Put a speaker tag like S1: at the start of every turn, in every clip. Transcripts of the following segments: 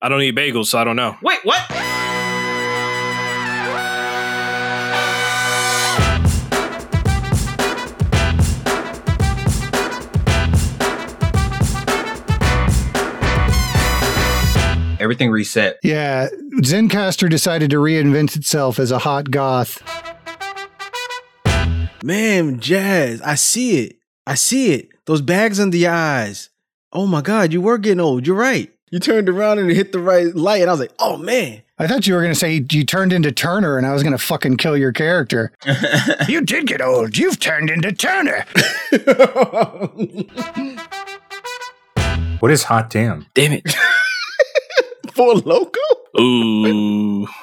S1: I don't eat bagels, so I don't know.
S2: Wait, what? Everything reset.
S3: Yeah, Zencaster decided to reinvent itself as a hot goth.
S4: Man, Jazz, I see it. I see it. Those bags under your eyes. Oh my God, you were getting old. You're right. You turned around and hit the right light, and I was like, oh man.
S3: I thought you were going to say you turned into Turner and I was going to fucking kill your character. you did get old. You've turned into Turner.
S5: What is hot damn?
S1: Damn it.
S4: For Loco?
S1: Ooh.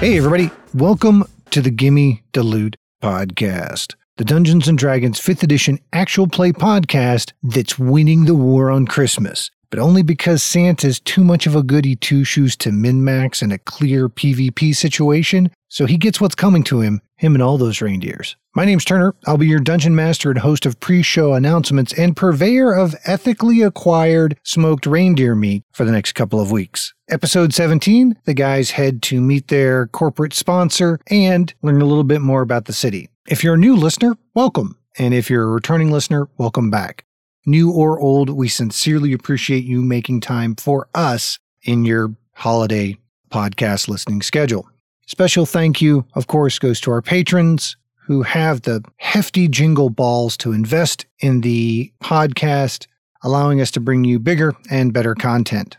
S3: Hey, everybody. Welcome to the Gimme the Loot podcast, the Dungeons and Dragons 5th edition actual play podcast that's winning the war on Christmas, but only because Santa's too much of a goody two shoes to min max in a clear PvP situation, so he gets what's coming to him, him and all those reindeers. My name's Turner. I'll be your dungeon master and host of pre show announcements and purveyor of ethically acquired smoked reindeer meat for the next couple of weeks. Episode 17 the guys head to meet their corporate sponsor and learn a little bit more about the city. If you're a new listener, welcome. And if you're a returning listener, welcome back. New or old, we sincerely appreciate you making time for us in your holiday podcast listening schedule. Special thank you, of course, goes to our patrons who have the hefty jingle balls to invest in the podcast, allowing us to bring you bigger and better content.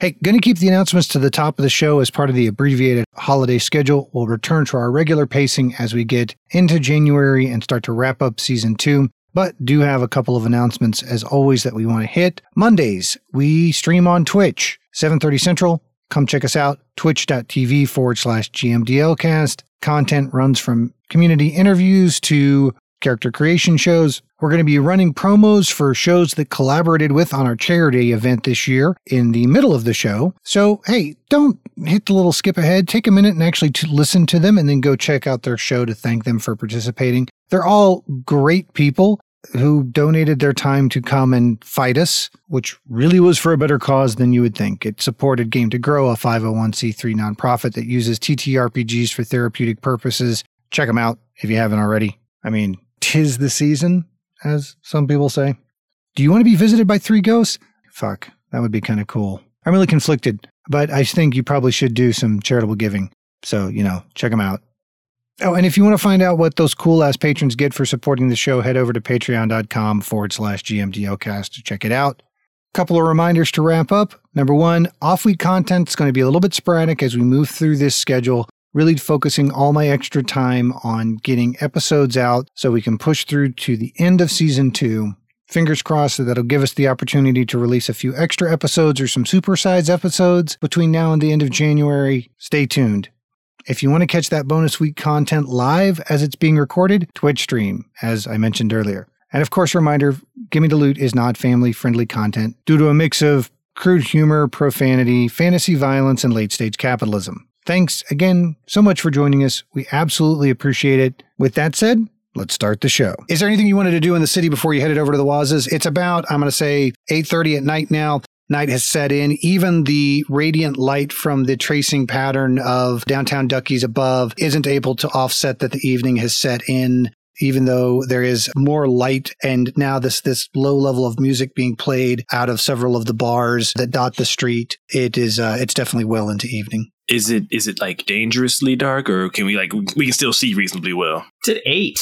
S3: Hey, going to keep the announcements to the top of the show as part of the abbreviated holiday schedule. We'll return to our regular pacing as we get into January and start to wrap up season two, but do have a couple of announcements as always that we want to hit. Mondays, we stream on Twitch, 7:30 Central, Come check us out, twitch.tv forward slash GMDLcast. Content runs from community interviews to character creation shows. We're going to be running promos for shows that collaborated with on our charity event this year in the middle of the show. So, hey, don't hit the little skip ahead. Take a minute and actually to listen to them and then go check out their show to thank them for participating. They're all great people who donated their time to come and fight us, which really was for a better cause than you would think. It supported Game to Grow, a 501c3 nonprofit that uses TTRPGs for therapeutic purposes. Check them out if you haven't already. I mean, tis the season, as some people say. Do you want to be visited by three ghosts? Fuck, that would be kind of cool. I'm really conflicted, but I think you probably should do some charitable giving. So, you know, check them out. Oh, and if you want to find out what those cool ass patrons get for supporting the show, head over to patreon.com forward slash GMDLcast to check it out. Couple of reminders to wrap up. Number one, off week content is going to be a little bit sporadic as we move through this schedule, really focusing all my extra time on getting episodes out so we can push through to the end of season two. Fingers crossed that that'll give us the opportunity to release a few extra episodes or some supersize episodes between now and the end of January. Stay tuned. If you want to catch that bonus week content live as it's being recorded, Twitch stream, as I mentioned earlier. And of course, reminder Gimme the Loot is not family friendly content due to a mix of crude humor, profanity, fantasy violence, and late stage capitalism. Thanks again so much for joining us. We absolutely appreciate it. With that said, let's start the show. Is there anything you wanted to do in the city before you headed over to the Wazas? It's about, I'm going to say, 8.30 at night now. Night has set in. Even the radiant light from the tracing pattern of downtown Duckies above isn't able to offset that the evening has set in. Even though there is more light and now this, this low level of music being played out of several of the bars that dot the street, it is, uh, it's definitely well into evening.
S1: Is it is it like dangerously dark, or can we like we we can still see reasonably well?
S2: It's at eight.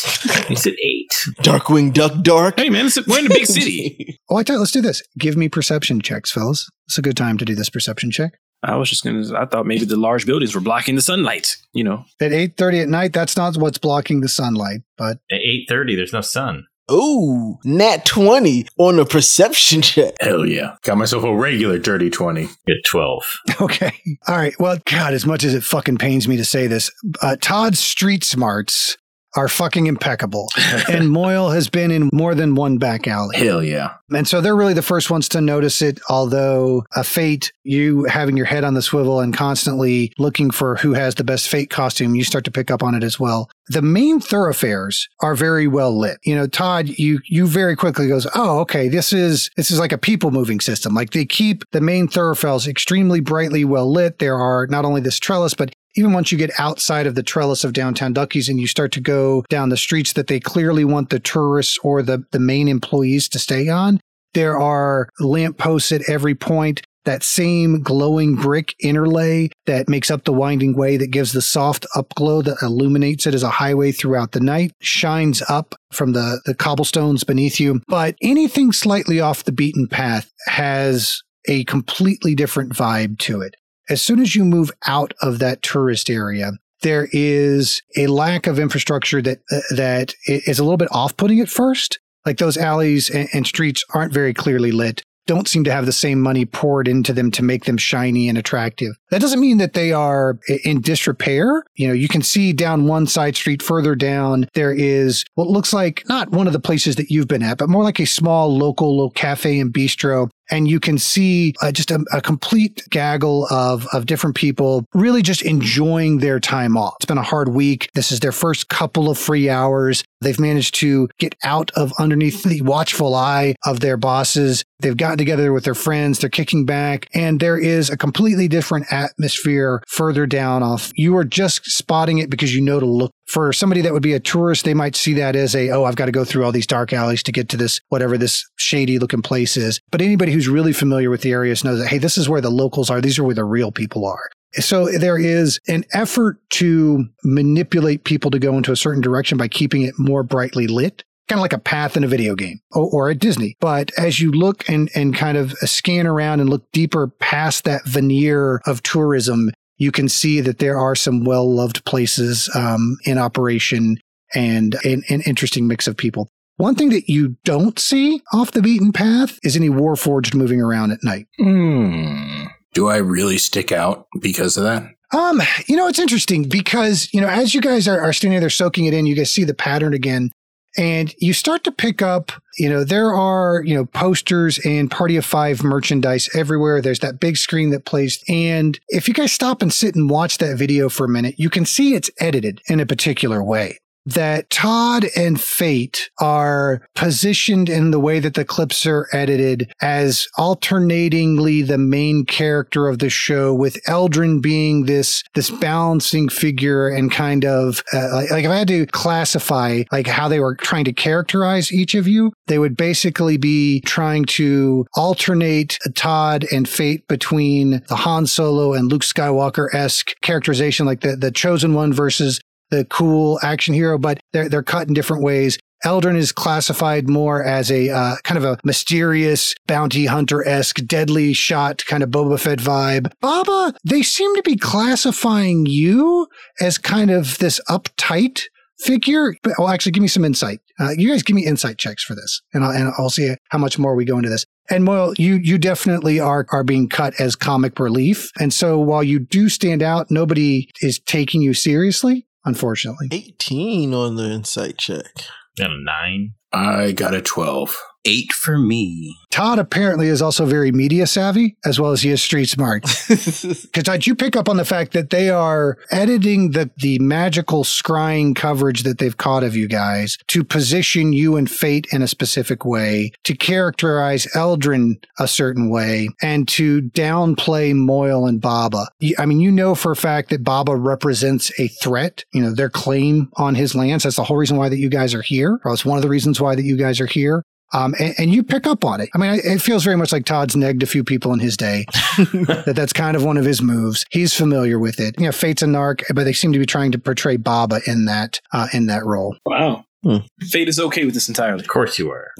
S2: It's at eight.
S4: Darkwing Duck Dark.
S1: Hey man, it's, we're in a big city.
S3: Oh, I tell you, let's do this. Give me perception checks, fellas. It's a good time to do this perception check.
S1: I was just gonna. I thought maybe the large buildings were blocking the sunlight. You know,
S3: At 8.30 at night, that's not what's blocking the sunlight, but
S6: At eight thirty, there's no sun.
S4: Ooh, nat 20 on a perception check.
S1: hell yeah.
S5: Got myself a regular dirty 20.
S6: At twelve,
S3: Okay. All right. Well, God, as much as it fucking pains me to say this, uh, Todd's street smarts are fucking impeccable. and Moyle has been in more than one back alley.
S5: Hell yeah.
S3: And so they're really the first ones to notice it. Although a fate, you having your head on the swivel and constantly looking for who has the best fate costume, you start to pick up on it as well. The main thoroughfares are very well lit. You know, Todd, you you very quickly goes, oh, okay, this is this is like a people moving system. Like they keep the main thoroughfares extremely brightly well lit. There are not only this trellis, but even once you get outside of the trellis of downtown Duckies and you start to go down the streets that they clearly want the tourists or the, the main employees to stay on, there are lampposts at every point. That same glowing brick interlay that makes up the winding way that gives the soft upglow that illuminates it as a highway throughout the night shines up from the, the cobblestones beneath you. But anything slightly off the beaten path has a completely different vibe to it as soon as you move out of that tourist area, there is a lack of infrastructure that uh, that i- is a little bit off-putting at first. Like those alleys and, and streets aren't very clearly lit. Don't seem to have the same money poured into them to make them shiny and attractive. That doesn't mean that they are i- in disrepair. You know, you can see down one side street further down, there is what looks like not one of the places that you've been at, but more like a small local little cafe and bistro and you can see uh, just a, a complete gaggle of, of different people really just enjoying their time off. It's been a hard week. This is their first couple of free hours. They've managed to get out of underneath the watchful eye of their bosses. They've gotten together with their friends. They're kicking back, and there is a completely different atmosphere further down off. You are just spotting it because you know to look. For somebody that would be a tourist, they might see that as a, oh, I've got to go through all these dark alleys to get to this, whatever this shady looking place is. But anybody who's really familiar with the areas knows that, hey, this is where the locals are. These are where the real people are. So there is an effort to manipulate people to go into a certain direction by keeping it more brightly lit kind of like a path in a video game or, or at Disney. But as you look and, and kind of scan around and look deeper past that veneer of tourism, you can see that there are some well loved places um, in operation and an, an interesting mix of people. One thing that you don't see off the beaten path is any Warforged moving around at night.
S5: Hmm. Do I really stick out because of that?
S3: Um, you know, it's interesting because, you know, as you guys are, are standing there soaking it in, you guys see the pattern again. And you start to pick up, you know, there are, you know, posters and party of five merchandise everywhere. There's that big screen that plays. And if you guys stop and sit and watch that video for a minute, you can see it's edited in a particular way. That Todd and Fate are positioned in the way that the clips are edited as alternatingly the main character of the show, with Eldrin being this this balancing figure and kind of uh, like, like if I had to classify like how they were trying to characterize each of you, they would basically be trying to alternate Todd and Fate between the Han Solo and Luke Skywalker esque characterization, like the the chosen one versus the cool action hero, but they're they're cut in different ways. Eldrin is classified more as a uh, kind of a mysterious bounty hunter esque, deadly shot kind of Boba Fett vibe. Baba, they seem to be classifying you as kind of this uptight figure. But, well, actually, give me some insight. Uh, you guys give me insight checks for this, and I'll, and I'll see how much more we go into this. And well, you you definitely are are being cut as comic relief, and so while you do stand out, nobody is taking you seriously. Unfortunately,
S4: 18 on the insight check.
S6: Got a nine.
S5: I got a 12.
S2: Eight for me.
S3: Todd apparently is also very media savvy as well as he is street smart. Because Todd, you pick up on the fact that they are editing the, the magical scrying coverage that they've caught of you guys to position you and fate in a specific way, to characterize Eldrin a certain way, and to downplay Moyle and Baba. You- I mean, you know for a fact that Baba represents a threat, you know, their claim on his lands. That's the whole reason why that you guys are here, or it's one of the reasons why that you guys are here. Um, and, and you pick up on it. I mean, I- it feels very much like Todd's negged a few people in his day. that that's kind of one of his moves. He's familiar with it. You know, Fate's a narc, but they seem to be trying to portray Baba in that uh, in that role.
S1: Wow.
S4: Hmm.
S1: Fate is okay with this entirely.
S6: Of course you are.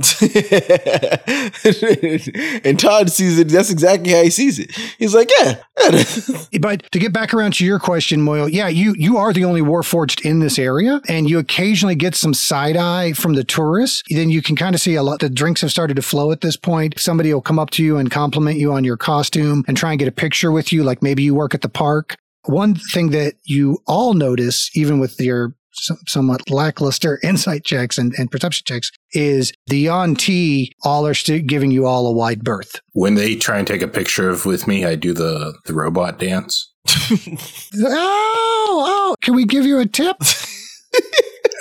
S4: and Todd sees it. That's exactly how he sees it. He's like, yeah. yeah.
S3: But to get back around to your question, Moyle, yeah, you you are the only Warforged in this area, and you occasionally get some side eye from the tourists. Then you can kind of see a lot. The drinks have started to flow at this point. Somebody will come up to you and compliment you on your costume and try and get a picture with you, like maybe you work at the park. One thing that you all notice, even with your some, somewhat lackluster insight checks and, and perception checks is the on T all are st- giving you all a wide berth.
S5: When they try and take a picture of with me, I do the, the robot dance.
S3: Oh, oh, can we give you a tip?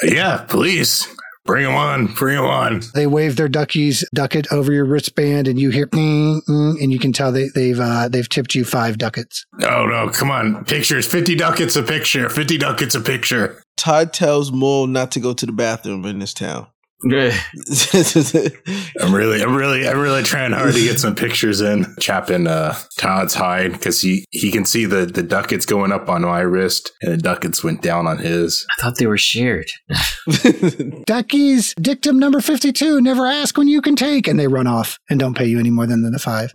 S5: yeah, please. Bring them on. Bring them on.
S3: They wave their duckies ducat over your wristband, and you hear, "Mm, mm," and you can tell they, they've uh, they've tipped you five ducats.
S5: No, Oh, no, come on. Pictures. 50 ducats a picture. 50 ducats a picture.
S7: Todd tells Mole not to go to the bathroom in this town.
S5: I'm really, I'm really, I'm really trying hard to get some pictures in. Chapping uh, Todd's hide because he he can see the the ducats going up on my wrist and the ducats went down on his.
S2: I thought they were shared.
S3: Duckies, dictum number fifty-two: Never ask when you can take, and they run off and don't pay you any more than the five.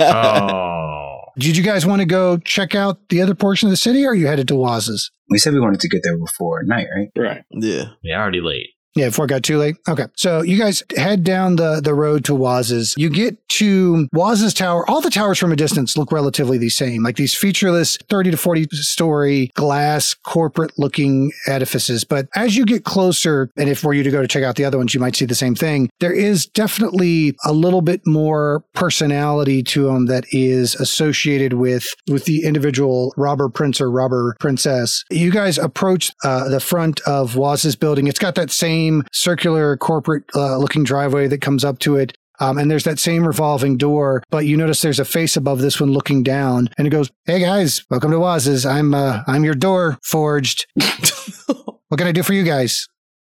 S6: Oh.
S3: Did you guys want to go check out the other portion of the city, or are you headed to Waz's?
S8: We said we wanted to get there before night, right?
S1: Right.
S7: yeah.
S6: They're already late.
S3: Yeah, before it got too late. Okay. So you guys head down the, the road to Waz's. You get to Waz's tower. All the towers from a distance look relatively the same, like these featureless 30 to 40 story glass corporate looking edifices. But as you get closer, and if were you to go to check out the other ones, you might see the same thing. There is definitely a little bit more personality to them that is associated with with the individual robber prince or robber princess. You guys approach uh, the front of Waz's building. It's got that same circular corporate uh, looking driveway that comes up to it. Um, and there's that same revolving door, but you notice there's a face above this one looking down, and it goes, "Hey guys, welcome to Waz's. I'm uh, I'm your door forged. what can I do for you guys?"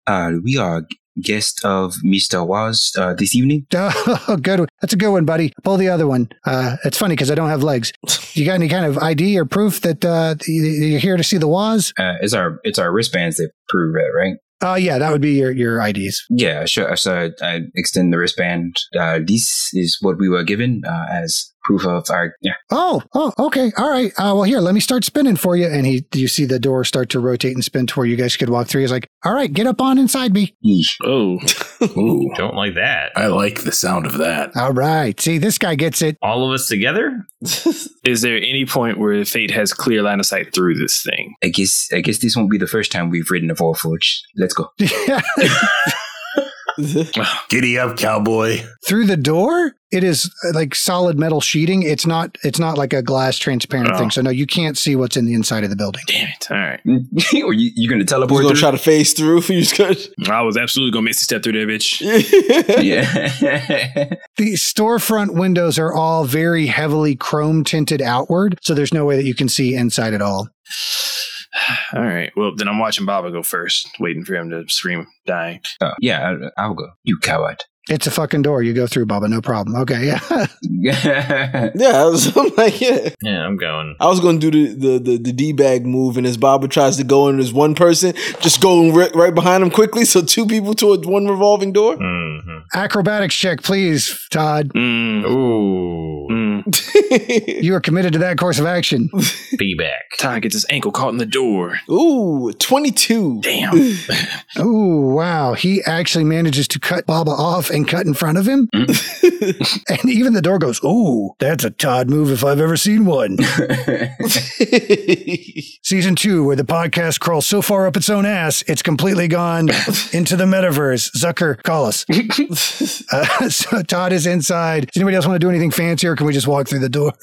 S8: Uh, we are g- guests of Mr. Waz uh, this evening.
S3: Oh, good. one. That's a good one, buddy. Pull the other one. Uh, it's funny because I don't have legs. You got any kind of ID or proof that uh, y- you're here to see the Waz?
S8: Uh, it's our it's our wristbands that prove that, right?
S3: Uh, yeah, that would be your, your IDs.
S8: Yeah, sure. So I, I extend the wristband. Uh, this is what we were given uh, as proof of our. Yeah.
S3: Oh, oh, okay. All right. Uh, well, here, let me start spinning for you. And he, you see the door start to rotate and spin to where you guys could walk through. He's like, all right, get up on inside me.
S8: Yeesh.
S1: Oh,
S5: Ooh,
S6: Don't like that.
S5: I like the sound of that.
S3: All right. See, this guy gets it.
S6: All of us together?
S1: is there any point where fate has clear line of sight through this thing?
S8: I guess I guess this won't be the first time we've ridden a Vorforge. Let's go.
S3: Yeah.
S5: Giddy up, cowboy.
S3: through the door it is uh, like solid metal sheeting it's not it's not like a glass transparent
S1: Oh.
S3: thing so no you can't see what's in the inside of the building
S1: Damn it. All right.
S8: Or you, you gonna
S7: We're
S8: teleport?
S7: gonna
S8: through?
S7: try to phase through. You just gonna
S1: I was absolutely going to miss a step through there, bitch.
S8: Yeah.
S3: the storefront windows are all very heavily chrome tinted outward so there's no way that you can see inside at all
S1: All right. Well, then I'm watching Baba go first, waiting for him to scream, dying.
S8: oh, yeah, I, I'll go. You coward.
S3: it's a fucking door you go through baba no problem okay yeah
S7: Yeah, I was, I'm like, yeah.
S6: Yeah, I'm going.
S7: I was gonna do the the the, the d bag move, and as Baba tries to go in, there's one person just going ri- right behind him quickly, so two people towards one revolving door.
S6: hmm
S3: acrobatics check please todd
S1: Mm,
S6: Ooh.
S1: mm.
S3: you are committed to that course of action
S6: Be back.
S1: Ty gets his ankle caught in the door.
S7: Ooh, twenty two.
S1: Damn.
S3: oh wow he actually manages to cut baba off and cut in front of him and even the door goes oh that's a todd move if i've ever seen one Season two, where the podcast crawls so far up its own ass, it's completely gone into the metaverse. Zucker, call us. Uh, so Todd is inside. Does anybody else want to do anything fancy, or can we just walk through the door?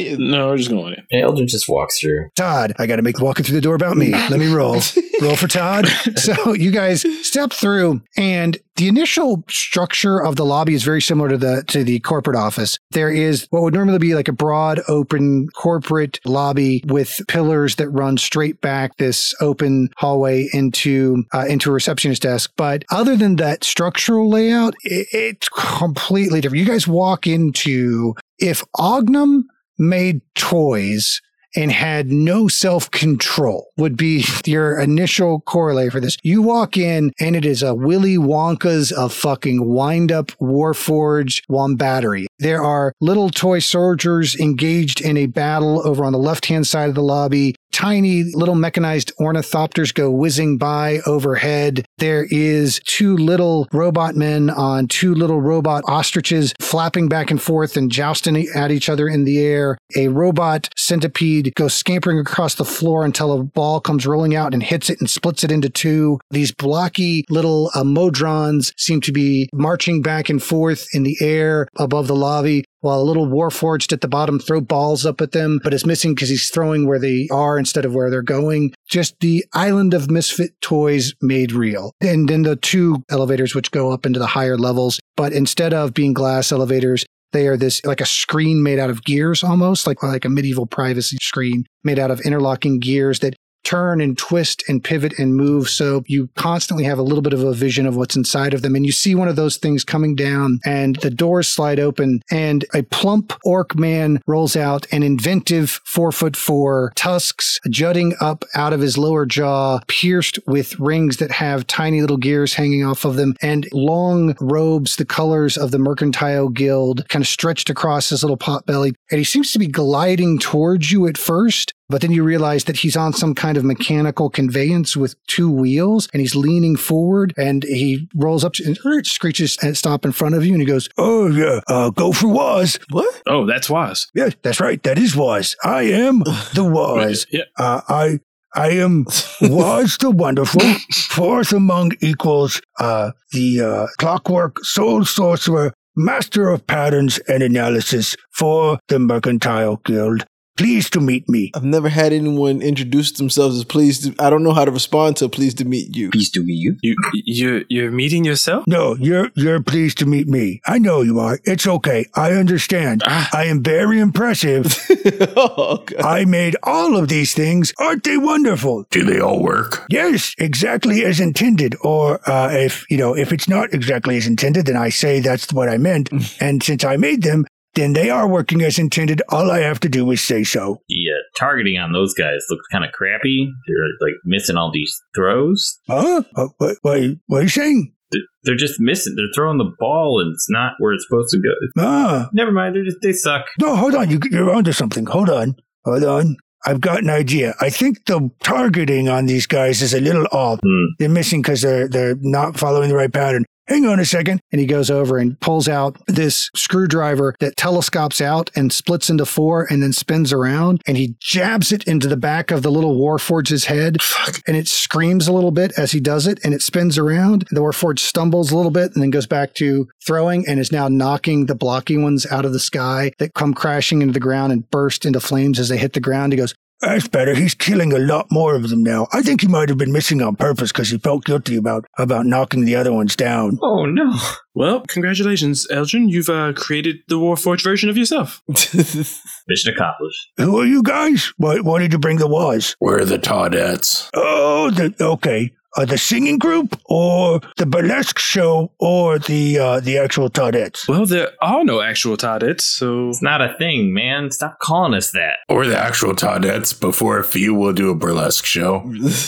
S1: No, we're just going in.
S2: Elder just walks through.
S3: Todd, I got to make walking through the door about me. Let me roll. roll for Todd. So you guys step through, and the initial structure of the lobby is very similar to the to the corporate office. There is what would normally be like a broad, open corporate lobby with pillars that run straight back this open hallway into uh, into a receptionist desk. But other than that structural layout, it, it's completely different. You guys walk into if Ognum made toys and had no self control would be your initial corollary for this. You walk in and it is a Willy Wonka's of fucking wind up Warforge Wombattery. There are little toy soldiers engaged in a battle over on the left hand side of the lobby. Tiny little mechanized ornithopters go whizzing by overhead. There is two little robot men on two little robot ostriches flapping back and forth and jousting e-, at each other in the air. A robot centipede goes scampering across the floor until a ball comes rolling out and hits it and splits it into two. These blocky little uh, modrons seem to be marching back and forth in the air above the lobby while a little warforged at the bottom throw balls up at them, but it's missing because he's throwing where they are instead of where they're going. Just the island of misfit toys made real. And then the two elevators which go up into the higher levels, but instead of being glass elevators, they are this like a screen made out of gears almost, like like a medieval privacy screen made out of interlocking gears that turn and twist and pivot and move. So you constantly have a little bit of a vision of what's inside of them. And you see one of those things coming down, and the doors slide open, and a plump orc man rolls out, an inventive four foot four, tusks jutting up out of his lower jaw, pierced with rings that have tiny little gears hanging off of them, and long robes, the colors of the Mercantile Guild, kind of stretched across his little pot belly. And he seems to be gliding towards you at first. But then you realize that he's on some kind of mechanical conveyance with two wheels and he's leaning forward and he rolls up and er, screeches and stop in front of you and he goes, Oh, yeah, uh, go for Waz.
S4: What?
S1: Oh, that's Waz.
S3: Yeah, that's right. That is Waz. I am the Waz.
S1: Yeah.
S3: Uh, I I am Waz the Wonderful, fourth among equals, uh, the uh, clockwork soul sorcerer, master of patterns and analysis for the Mercantile Guild. Pleased to meet me.
S7: I've never had anyone introduce themselves as pleased. To, I don't know how to respond to pleased to meet you.
S8: Please do be you.
S1: You you you're meeting yourself?
S3: No, you're you're pleased to meet me. I know you are. It's okay. I understand.
S1: Ah,
S3: I am very impressive.
S7: oh, God.
S3: I made all of these things. Aren't they wonderful?
S5: Do they all work?
S3: Yes, exactly as intended. Or uh, if you know, if it's not exactly as intended, then I say that's what I meant. and since I made them, then they are working as intended. All I have to do is say so.
S6: The uh, targeting on those guys looks kind of crappy. They're like missing all these throws.
S3: Huh? Uh, what, what, what are you saying?
S6: They're- They're just missing. They're throwing the ball and it's not where it's supposed to go.
S3: Ah,
S6: Never mind. They just they suck.
S3: No, hold on. You, you're onto something. Hold on. Hold on. I've got an idea. I think the targeting on these guys is a little off.
S6: Hmm.
S3: They're missing because they're they're not following the right pattern. Hang on a second. And he goes over and pulls out this screwdriver that telescopes out and splits into four and then spins around. And he jabs it into the back of the little Warforge's head
S5: Fuck.
S3: and it screams a little bit as he does it and it spins around. The Warforged stumbles a little bit and then goes back to throwing and is now knocking the blocky ones out of the sky that come crashing into the ground and burst into flames as they hit the ground. He goes, that's better. He's killing a lot more of them now. I think he might have been missing on purpose because he felt guilty about about knocking the other ones down.
S6: Oh no!
S1: Well, congratulations, Elgin. You've uh, created the Warforged version of yourself.
S6: Mission accomplished.
S3: Who are you guys? Why, why did you bring the was?
S5: Where are the Taudettes?
S3: Oh, the, okay. Uh, the singing group, or the burlesque show, or the uh, the actual Taudettes.
S1: Well, there are no actual Tardets, so
S6: It's not a thing, man. Stop calling us that.
S5: Or the actual Taudettes before a few will do a burlesque show.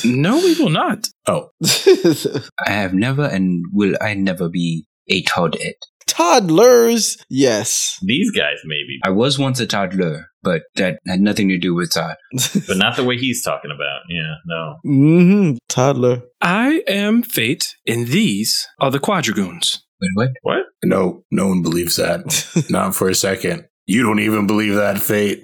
S1: no, we will not.
S5: Oh,
S8: I have never and will I never be a toddler.
S7: Toddlers, yes.
S6: These guys maybe,
S8: I was once a toddler, but that had nothing to do with Todd.
S6: but not the way he's talking about. Yeah, no.
S7: Mm-hmm. Toddler.
S1: I am Fate, and these are the Quadragoons.
S8: But what?
S5: no, no one believes that. Not for a second. You don't even believe that fate.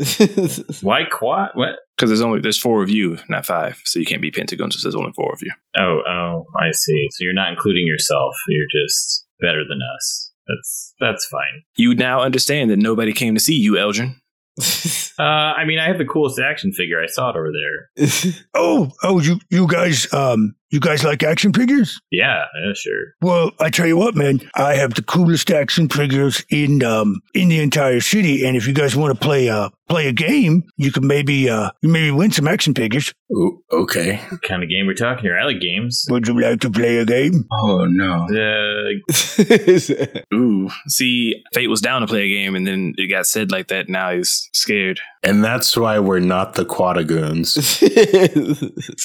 S6: Why quad? What?
S1: Because there's only there's four of you, not five, so you can't be pentagons if there's only four of you.
S6: Oh, oh, I see. So you're not including yourself. You're just better than us. That's that's fine.
S1: You now understand that nobody came to see you, Elgin.
S6: Uh, I mean, I have the coolest action figure. I saw it over there.
S3: Oh, oh, you you guys, um, you guys like action figures?
S6: Yeah, yeah, sure.
S3: Well, I tell you what, man, I have the coolest action figures in um in the entire city. And if you guys want to play uh play a game, you can maybe uh you maybe win some action figures.
S5: Ooh, okay.
S6: What kind of game we're talking here? I like games.
S3: Would you like to play a game?
S8: Oh no.
S6: Uh,
S1: Ooh, see, Fate was down to play a game, and then it got said like that. Now he's scared.
S5: And that's why we're not the Quadagoons.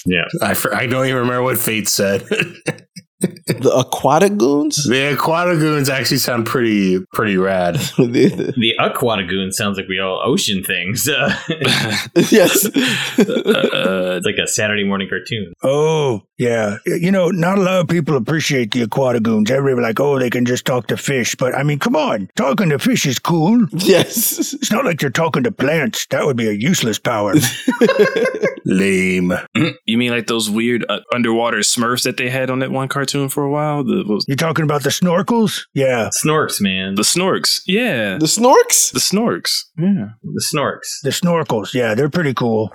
S6: yeah.
S5: I, fr- I don't even remember what fate said.
S7: The aquatic goons?
S5: The Aquatagoons actually sound pretty pretty rad.
S7: The-
S6: The Aquatagoon sounds like we all ocean things. Uh, it's
S7: the- yes.
S1: uh,
S6: like a Saturday morning cartoon.
S3: Oh, yeah. You know, not a lot of people appreciate the Aquatagoons. Everybody like, oh, they can just talk to fish. But I mean, come on, talking to fish is cool.
S7: Yes.
S3: It's not like they're talking to plants. That would be a useless power.
S5: Lame.
S1: you mean like those weird uh, underwater Smurfs that they had on that one cartoon for a while? The what was,
S3: You're talking about the snorkels? Yeah.
S6: Snorks, man.
S1: the
S6: The,
S1: Snorks, yeah,
S7: The snorks?
S1: the Snorks, yeah.
S6: snorks.
S3: The snorkels, yeah, they're pretty cool.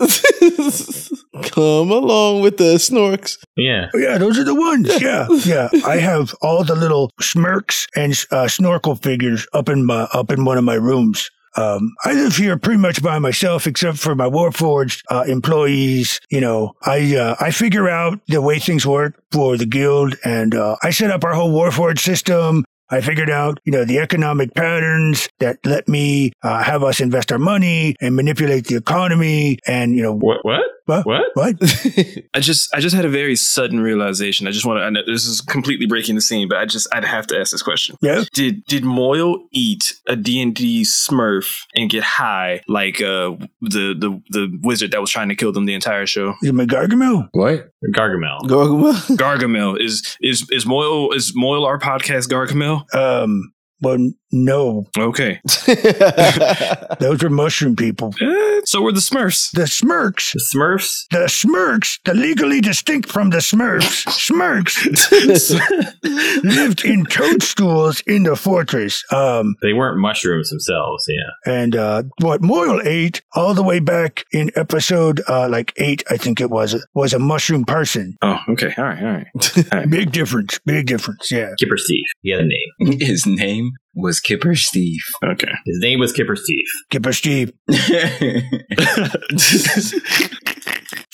S7: Come along with the snorks.
S6: Yeah.
S3: Oh, yeah, those are the ones. Yeah, yeah. I have all the little smirks and uh, snorkel figures up in my up in one of my rooms. Um, I live here pretty much by myself, except for my Warforged uh, employees. You know, I uh, I figure out the way things work for the guild, and uh, I set up our whole Warforged system. I figured out, you know, the economic patterns that let me uh, have us invest our money and manipulate the economy, and you know
S6: What? What?
S3: What?
S6: What?
S3: what?
S1: I just I just had a very sudden realization. I just want to. I know this is completely breaking the scene, but I just I'd have to ask this question.
S3: Yeah.
S1: Did did Moyle eat a D and D Smurf and get high like uh the the the wizard that was trying to kill them the entire show?
S3: You mean Gargamel?
S5: What?
S6: Gargamel.
S7: Gargamel.
S1: Gargamel is is is Moyle is Moyle our podcast Gargamel?
S3: Um, well, no,
S1: Okay,
S3: Those were mushroom people.
S1: Eh, so we're the Smurfs.
S3: The smirks.
S6: The Smurfs.
S3: The smirks, the legally distinct from the smurfs, smirks lived in toadstools in the fortress. Um,
S6: They weren't mushrooms themselves. Yeah.
S3: and uh, what Moyle ate all the way back in episode uh, like eight, I think it was, was a mushroom person.
S1: Oh, okay, all right, all right.
S3: Big difference. Big difference. Yeah.
S6: Kipper Steve. He had a name.
S8: His name was Kipper Steve.
S1: Okay.
S6: His name was Kipper Steve.
S3: Kipper Steve.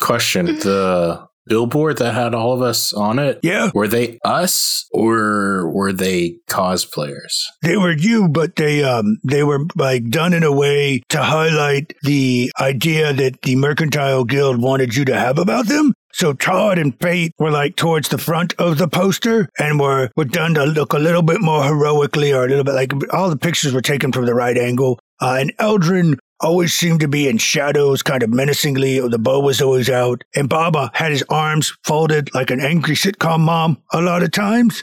S5: Question. The billboard that had all of us on it,
S3: Yeah.
S5: were they us or were they cosplayers?
S3: They were you, but they um they were like done in a way to highlight the idea that the mercantile guild wanted you to have about them. So Todd and Pate were like towards the front of the poster and were, were done to look a little bit more heroically or a little bit like all the pictures were taken from the right angle. Uh, and Eldrin always seemed to be in shadows, kind of menacingly. The bow was always out. And Baba had his arms folded like an angry sitcom mom a lot of times.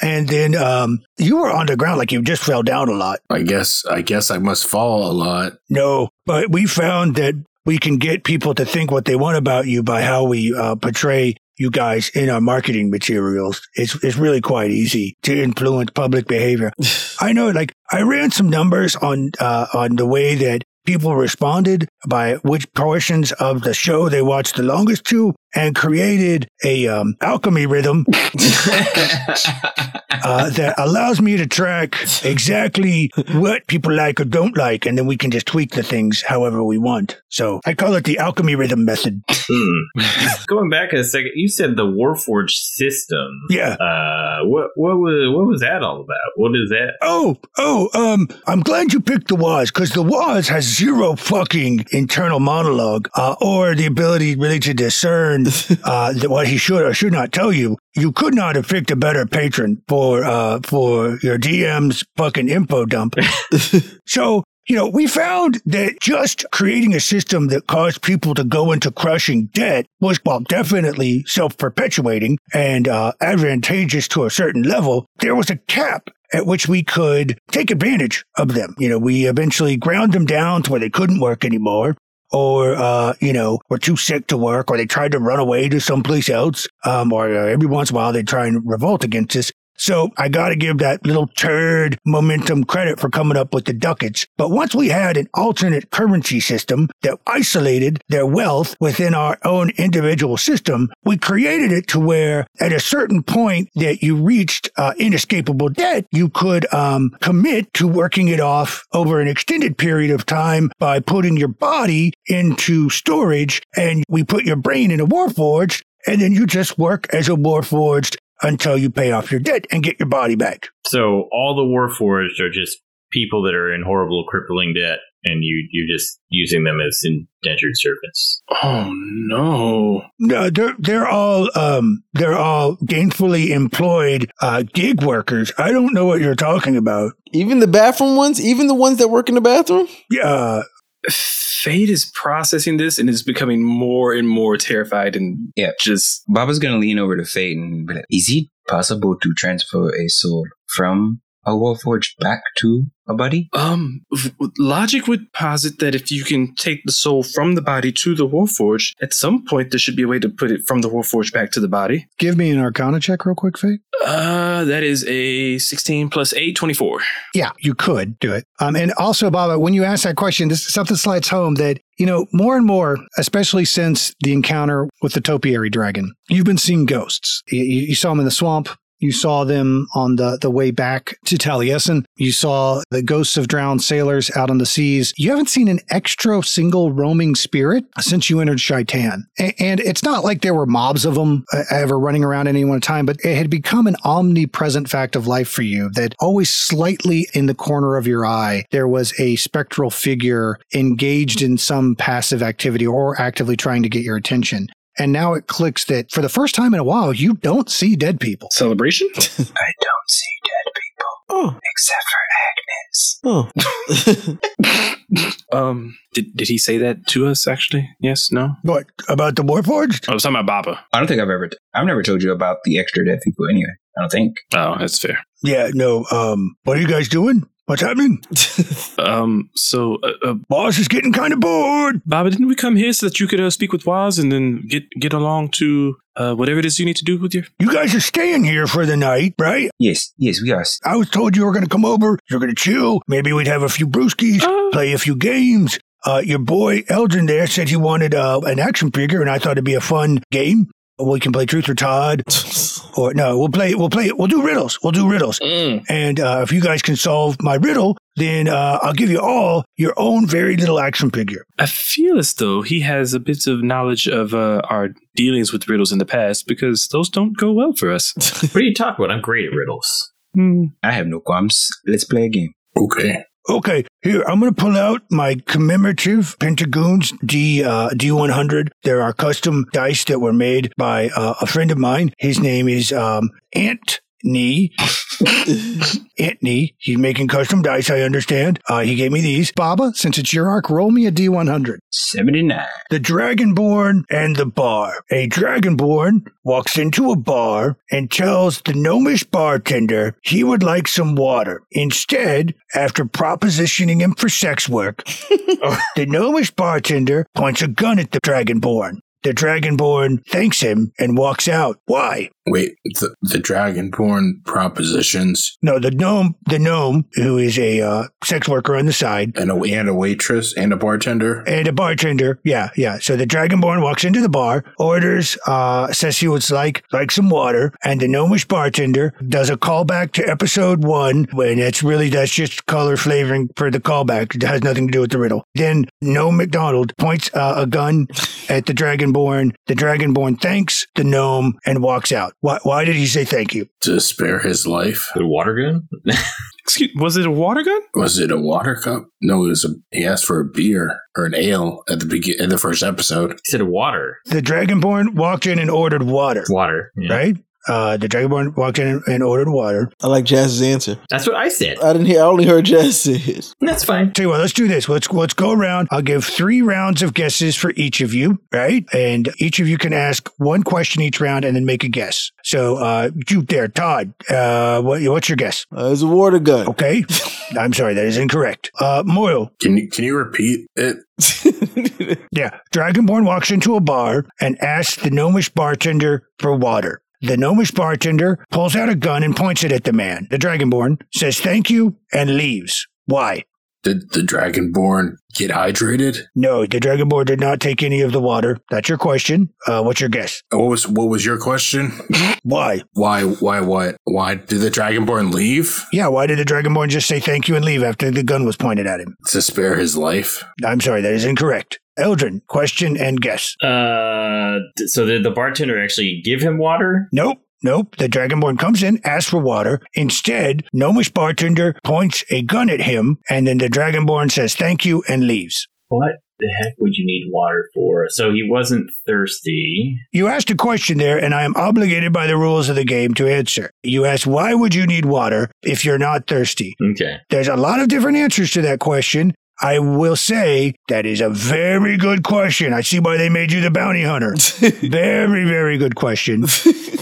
S3: And then um, you were on the ground like you just fell down a lot.
S5: I guess I guess I must fall a lot.
S3: No, but we found that we can get people to think what they want about you by how we uh, portray you guys in our marketing materials. It's it's really quite easy to influence public behavior. I know, like I ran some numbers on uh, on the way that people responded by which portions of the show they watched the longest to, and created a um, alchemy rhythm uh, that allows me to track exactly what people like or don't like, and then we can just tweak the things however we want. So I call it the alchemy rhythm method.
S6: Hmm. Going back a second, you said the Warforged system.
S3: Yeah.
S6: Uh, what what was what was that all about? What is that?
S3: Oh, oh, um, I'm glad you picked the Waz because the Waz has zero fucking internal monologue uh, or the ability really to discern uh, that what he should or should not tell you. You could not have picked a better patron for uh, for your DM's fucking info dump. so. You know, we found that just creating a system that caused people to go into crushing debt was, well, definitely self perpetuating and uh, advantageous to a certain level. There was a cap at which we could take advantage of them. You know, we eventually ground them down to where they couldn't work anymore or, uh, you know, were too sick to work or they tried to run away to someplace else. Um, or uh, every once in a while they try and revolt against us. So I got to give that little turd momentum credit for coming up with the ducats. But once we had an alternate currency system that isolated their wealth within our own individual system, we created it to where at a certain point that you reached uh, inescapable debt, you could um, commit to working it off over an extended period of time by putting your body into storage and we put your brain in a warforged and then you just work as a warforged until you pay off your debt and get your body back.
S6: So all the Warforged are just people that are in horrible crippling debt and you you're just using them as indentured servants.
S1: Oh no.
S3: No, they're they're all um they're all gainfully employed uh, gig workers. I don't know what you're talking about.
S7: Even the bathroom ones, even the ones that work in the bathroom.
S3: Yeah, uh,
S1: Fate is processing this and is becoming more and more terrified and
S8: Yeah.
S1: just
S8: Baba's gonna lean over to Fate and be like, "Is it possible to transfer a soul from a warforged back to a body?"
S1: um v- logic would posit that if you can take the soul from the body to the warforge, at some point there should be a way to put it from the warforge back to the body.
S9: Give me an Arcana check, real quick, Fate.
S1: Uh that is a 16 plus 8 24.
S9: Yeah, you could do it. Um, and also, Baba, when you ask that question, this something slides home that you know more and more, especially since the encounter with the topiary dragon. You've been seeing ghosts. You, you you saw them in the swamp. You saw them on the, the way back to Taliesin. You saw the ghosts of drowned sailors out on the seas. You haven't seen an extra single roaming spirit since you entered Shaitan. A- and it's not like there were mobs of them uh, ever running around at any one time, but it had become an omnipresent fact of life for you that always slightly in the corner of your eye, there was a spectral figure engaged in some passive activity or actively trying to get your attention. And now it clicks that for the first time in a while, you don't see dead people.
S1: Celebration?
S8: I don't see dead people
S7: Oh,
S8: except for Agnes.
S7: oh.
S1: Um did, did he say that to us actually? Yes, no?
S3: what about the Warforged?
S1: I was talking about Baba.
S8: I don't think I've ever. I've never told you about the extra dead people anyway. I don't think.
S1: Oh, that's fair.
S3: Yeah, no. Um, what are you guys doing? What's happening?
S1: Um so uh, uh,
S3: Boss is getting kind of bored.
S1: Baba, didn't we come here so that you could uh, speak with Waz and then get get along to uh, whatever it is you need to do with your?
S3: You guys are staying here for the night, right?
S8: Yes, yes, we are.
S3: I was told you were going to come over. You're going to chill. Maybe we'd have a few brewskis,
S1: Uh.
S3: play a few games. Uh, your boy Elgin there said he wanted uh, an action figure, and I thought it'd be a fun game. We can play Truth or Todd, or no, we'll play, we'll play, we'll do riddles. We'll do riddles.
S6: Mm.
S3: And uh, if you guys can solve my riddle, then uh, I'll give you all your own very little action figure.
S1: I feel as though he has a bit of knowledge of uh, our dealings with riddles in the past because those don't go well for us.
S6: What are you talking about? I'm great at riddles.
S1: Hmm.
S8: I have no qualms. Let's play a game.
S5: Okay.
S3: Okay, here I'm going to pull out my commemorative Pentagoons D uh, D100. There are custom dice that were made by uh, a friend of mine. His name is um, Ant. Knee, Antony. He's making custom dice. I understand. Uh, he gave me these.
S9: Baba, since it's your arc, roll me a D100.
S8: Seventy nine.
S3: The Dragonborn and the Bar. A Dragonborn walks into a bar and tells the gnomish bartender he would like some water. Instead, after propositioning him for sex work, the gnomish bartender points a gun at the Dragonborn. The Dragonborn thanks him and walks out. Why?
S5: Wait, the, the Dragonborn propositions
S3: No, the gnome, the gnome, who is a uh, sex worker on the side,
S5: and a, and a waitress and a bartender.
S3: And a Eh, bartender. Yeah, yeah. So the Dragonborn walks into the bar, orders, uh, says he would like like some water, and the gnomish bartender does a callback to episode one when it's really that's just color flavoring for the callback. It has nothing to do with the riddle. Then no McDonald points uh, a gun at the Dragonborn. The Dragonborn thanks the gnome and walks out. Why, why did he say thank you?
S5: to spare his life.
S6: The water gun?
S1: Excuse, was it a water gun?
S5: Was it a water cup? No, it was a. He asked for a beer or an ale at the begin in the first episode.
S6: He said water.
S3: The Dragonborn walked in and ordered water.
S6: Water. Yeah.
S3: Right. Uh, the Dragonborn walked in and ordered water.
S7: I like Jazz's answer.
S6: That's what I said.
S7: I didn't hear. I only heard Jazz say it.
S6: That's fine.
S3: Tell you what, let's do this. Let's let's go around. I'll give three rounds of guesses for each of you, right? And each of you can ask one question each round and then make a guess. So uh you there, Todd, uh what, what's your guess?
S7: Uh, it's a water gun.
S3: Okay. I'm sorry, that is incorrect. Uh Moyle.
S5: Can you can you repeat it?
S3: Yeah. Dragonborn walks into a bar and asks the gnomish bartender for water. The gnomish bartender pulls out a gun and points it at the man. The Dragonborn says thank you and leaves. Why?
S5: Did the Dragonborn get hydrated?
S3: No, the Dragonborn did not take any of the water. That's your question. Uh, what's your guess?
S5: What was what was your question?
S3: Why?
S5: Why why what why did the Dragonborn leave
S3: Yeah, why did the Dragonborn just say thank you and leave after the gun was pointed at him?
S5: to spare his life?
S3: I'm sorry, that is incorrect. Eldrin, question and guess.
S6: Uh, d- so did the bartender actually give him water?
S3: Nope. Nope. The Dragonborn comes in, asks for water. Instead, Gnomish bartender points a gun at him, and then the Dragonborn says thank you and leaves.
S6: What the heck would you need water for? So he wasn't thirsty.
S3: You asked a question there, and I am obligated by the rules of the game to answer. You asked, why would you need water if you're not thirsty?
S6: Okay.
S3: There's a lot of different answers to that question. I will say that is a very good question. I see why they made you the bounty hunter. very, very good question.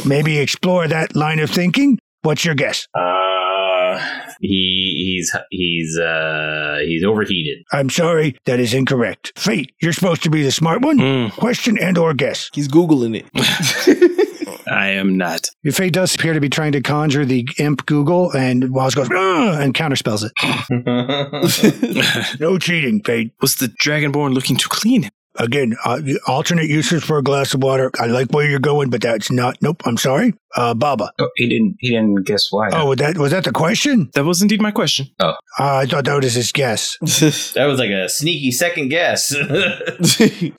S3: Maybe explore that line of thinking. What's your guess?
S6: Uh, he he's he's uh he's overheated.
S3: I'm sorry, that is incorrect. Fate, you're supposed to be the smart one.
S1: Hmm.
S3: Question and or guess.
S7: He's Googling it.
S1: I am not.
S10: Your fate does appear to be trying to conjure the imp Google, and Waz goes "Ugh," and counterspells it.
S3: No cheating, Fate.
S1: Was the dragonborn looking to clean?
S3: Again, uh, alternate uses for a glass of water. I like where you're going, but that's not. Nope. I'm sorry, uh, Baba.
S8: Oh, he didn't. He didn't guess why.
S3: Oh, was that was that the question?
S1: That was indeed my question.
S3: Uh, I thought that was his guess.
S6: That was like a sneaky second guess.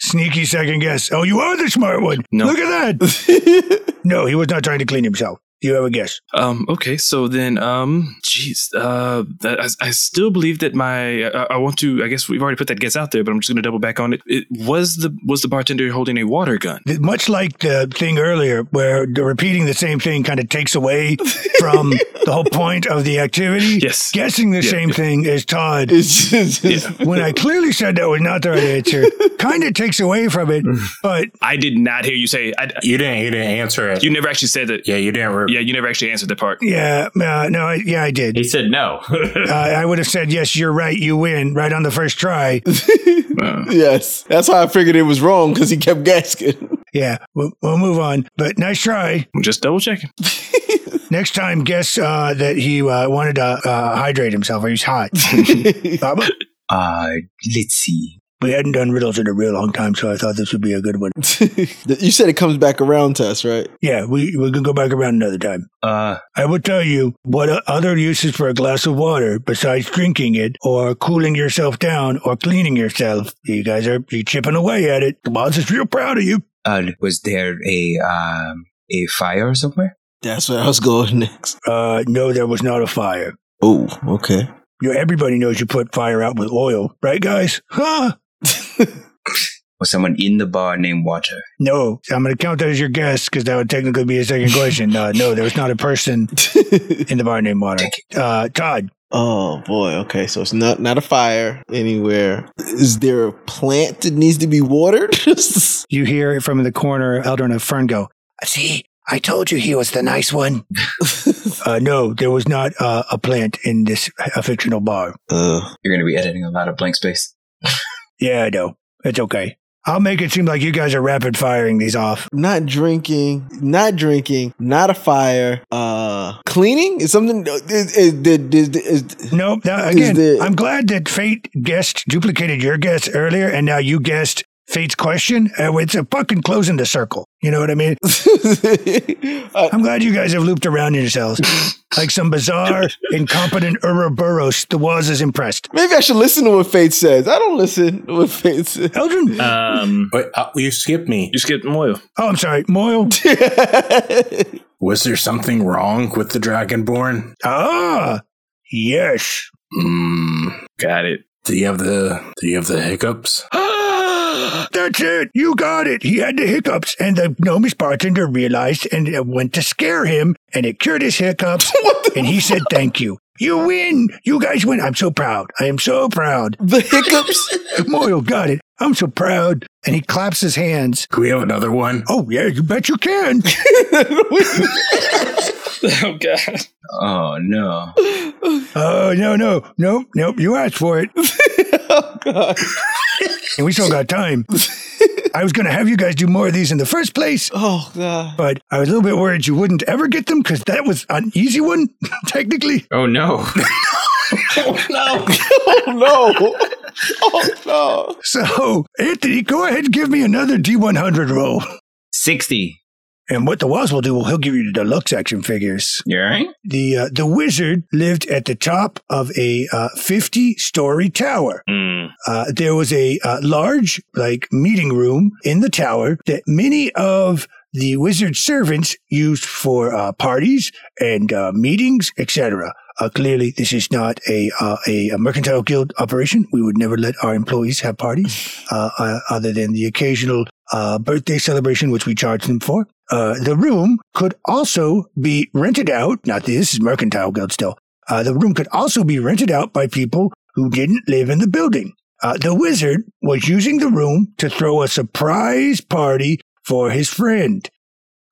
S3: Sneaky second guess. Oh, you are the smart one.
S1: No.
S3: Look at that. No, he was not trying to clean himself. You have a guess.
S1: Um. Okay. So then, um, jeez, uh, that- I, I still believe that my uh, I, I want to. I guess we've already put that guess out there, but I'm just going to double back on it. it. Was the was the bartender holding a water gun?
S3: Th- Much like the thing earlier, where the repeating the same thing kind of takes away from the whole point of the activity.
S1: Yes.
S3: Guessing the
S1: Yeah,
S3: same
S1: yeah.
S3: thing as Todd.
S7: It's just,
S3: when I clearly said that was not the right answer, kind of takes away from it. But
S1: I did not hear you say. I,
S5: You didn't. You didn't answer it.
S1: you never actually said that.
S5: yeah, you didn't. Re-
S1: Yeah, you never actually answered that part.
S3: yeah, uh, no, I, yeah, I did.
S6: he said no.
S3: Uh, I would have said, yes, you're right, you win, right on the first try.
S1: Uh,
S7: yes. That's how I figured it was wrong because he kept gasking.
S3: Yeah, we'll, we'll move on. But nice try.
S1: I'm just double checking.
S3: Next time, guess uh, that he uh, wanted to uh, hydrate himself or he's hot. Baba?
S8: Uh, let's see.
S3: We hadn't done riddles in a real long time, so I thought this would be a good one.
S7: you said it comes back around to us, right?
S3: Yeah, we, we can go back around another time.
S8: Uh,
S3: I will tell you what o- other uses for a glass of water besides drinking it or cooling yourself down or cleaning yourself. You guys are you chipping away at it. The boss is real proud of you.
S8: uh, was there a um a fire somewhere?
S7: That's where I was going next.
S3: Uh, no, there was not a fire.
S7: Oh, okay.
S3: You, everybody knows you put fire out with oil, right, guys? Huh?
S8: Was someone in the bar named Water?
S3: No, I'm going to count that as your guess because that would technically be a second question. Uh, no, there was not a person in the bar named Water. Uh, Todd,
S7: oh boy. Okay. So it's not not a fire anywhere. Is there a plant that needs to be watered?
S10: You hear from the corner Eldrin of Fern go,
S3: see, I told you he was the nice one. uh, no, there was not uh, a plant in this uh, fictional bar.
S7: uh,
S8: You're going to be editing a lot of blank space.
S3: Yeah, no, it's okay. I'll make it seem like you guys are rapid firing these off.
S7: not drinking. Not drinking. Not a fire. Uh, cleaning is something. uh, Is, is, did did- is-
S3: Nope. Now,
S7: Is
S3: again,
S7: the-
S3: I'm glad that Fate guessed, duplicated your guess earlier, and now you guessed Fate's question. Uh, it's a fucking closing the circle. You know what I mean?
S7: Uh,
S3: I'm glad you guys have looped around yourselves. like some bizarre, incompetent Ouroboros, the Waz is impressed.
S7: maybe I should listen to what Faith says. I don't listen to what Faith says.
S3: Eldrin.
S6: um,
S5: but uh, you skipped me.
S1: You skipped Moyle.
S3: oh, I'm sorry. Moyle.
S5: Was there something wrong with the Dragonborn?
S3: ah, yes.
S5: Mm,
S1: Got it.
S5: do you have the Do you have the hiccups?
S3: That's it. You got it. He had the hiccups, and the gnomish bartender realized and uh, went to scare him, and it cured his hiccups, and he said, Thank you. You win. You guys win. I'm so proud. I am so proud.
S7: the hiccups.
S3: Moyle got it. I'm so proud. And he claps his hands.
S5: Can we have another one?
S3: Oh, yeah, you bet you can.
S1: oh God.
S8: Oh no.
S3: Oh, no, no, no, no. You asked for it.
S7: oh God.
S3: and we still got time. I was going to have you guys do more of these in the first place,
S7: Oh God.
S3: but I was a little bit worried you wouldn't ever get them because that was an easy one, technically.
S6: oh no.
S7: Oh no. Oh no.
S3: So, Anthony, go ahead and give me another D100 roll.
S8: 60.
S3: And what the Waz will do, well, he'll give you the deluxe action figures.
S8: You alright?
S3: The uh, the wizard lived at the top of a uh, 50 story tower.
S6: hmm.
S1: Mm.
S3: Uh, there was a uh, large, like, meeting room in the tower that many of the wizard servants used for uh, parties and uh, meetings, etc. Uh, clearly, this is not a, uh, a a mercantile guild operation. We would never let our employees have parties, uh, uh, other than the occasional uh, birthday celebration, which we charge them for. Uh, the room could also be rented out. Not that this is mercantile guild still. Uh, the room could also be rented out by people who didn't live in the building. Uh, the wizard was using the room to throw a surprise party for his friend.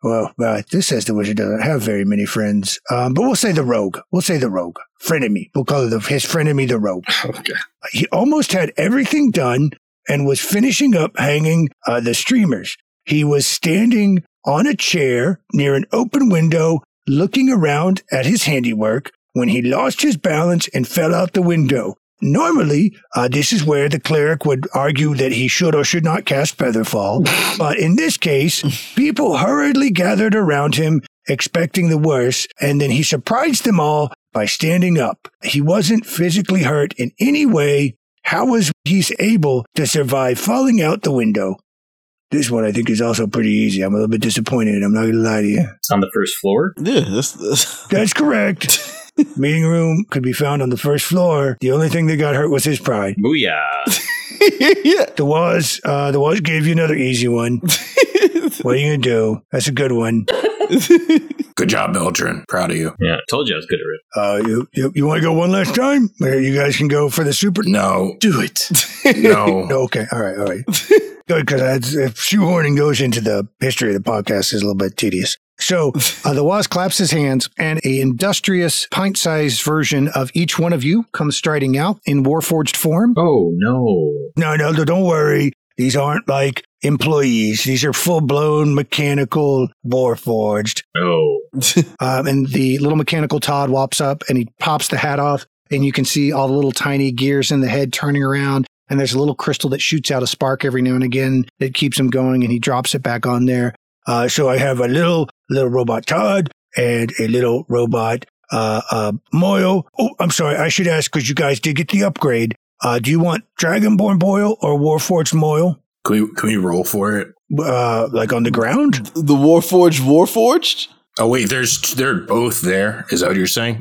S3: Well, uh, this says the wizard doesn't have very many friends, um, but we'll say the rogue. We'll say the rogue. Frenemy. We'll call it the, his frenemy the rogue.
S5: Okay.
S3: He almost had everything done and was finishing up hanging uh, the streamers. He was standing on a chair near an open window, looking around at his handiwork when he lost his balance and fell out the window. Normally, uh, this is where the cleric would argue that he should or should not cast Featherfall, but in this case, people hurriedly gathered around him, expecting the worst, and then he surprised them all by standing up. He wasn't physically hurt in any way. How was he able to survive falling out the window? This one I think is also pretty easy. I'm a little bit disappointed. I'm not going to lie to you.
S6: It's on the first floor.
S7: Yeah, that's, that's
S3: That's correct. Meeting room could be found on the first floor. The only thing that got hurt was his pride.
S6: Booyah.
S7: yeah.
S3: The was uh, the was gave you another easy one. what are you gonna do? That's a good one.
S5: Good job, Beltran. Proud of you.
S6: Yeah, told you I was good at it.
S3: Uh, you you, you want to go one last time? Or you guys can go for the super.
S5: No,
S1: Do it.
S5: no.
S3: No, okay, all right, all right. Good because shoehorning goes into the history of the podcast is a little bit tedious.
S11: So uh, the Waz claps his hands, and a industrious, pint-sized version of each one of you comes striding out in warforged form.
S6: Oh no.
S3: No, no, no, don't worry. These aren't like employees. These are full blown mechanical warforged.
S6: Oh.
S3: Uh,
S11: Um, and the little mechanical Todd wops up and he pops the hat off, and you can see all the little tiny gears in the head turning around. And there's a little crystal that shoots out a spark every now and again that keeps him going, and he drops it back on there.
S3: Uh, so I have a little little robot Todd and a little robot uh, uh, Moyo. Oh, I'm sorry. I should ask because you guys did get the upgrade. Uh, do you want Dragonborn Boil or Warforged Moil?
S5: Can we, can we roll for it?
S3: Uh, like on the ground?
S7: The Warforged, Warforged?
S5: Oh wait, there's they're both there. Is that what you're saying?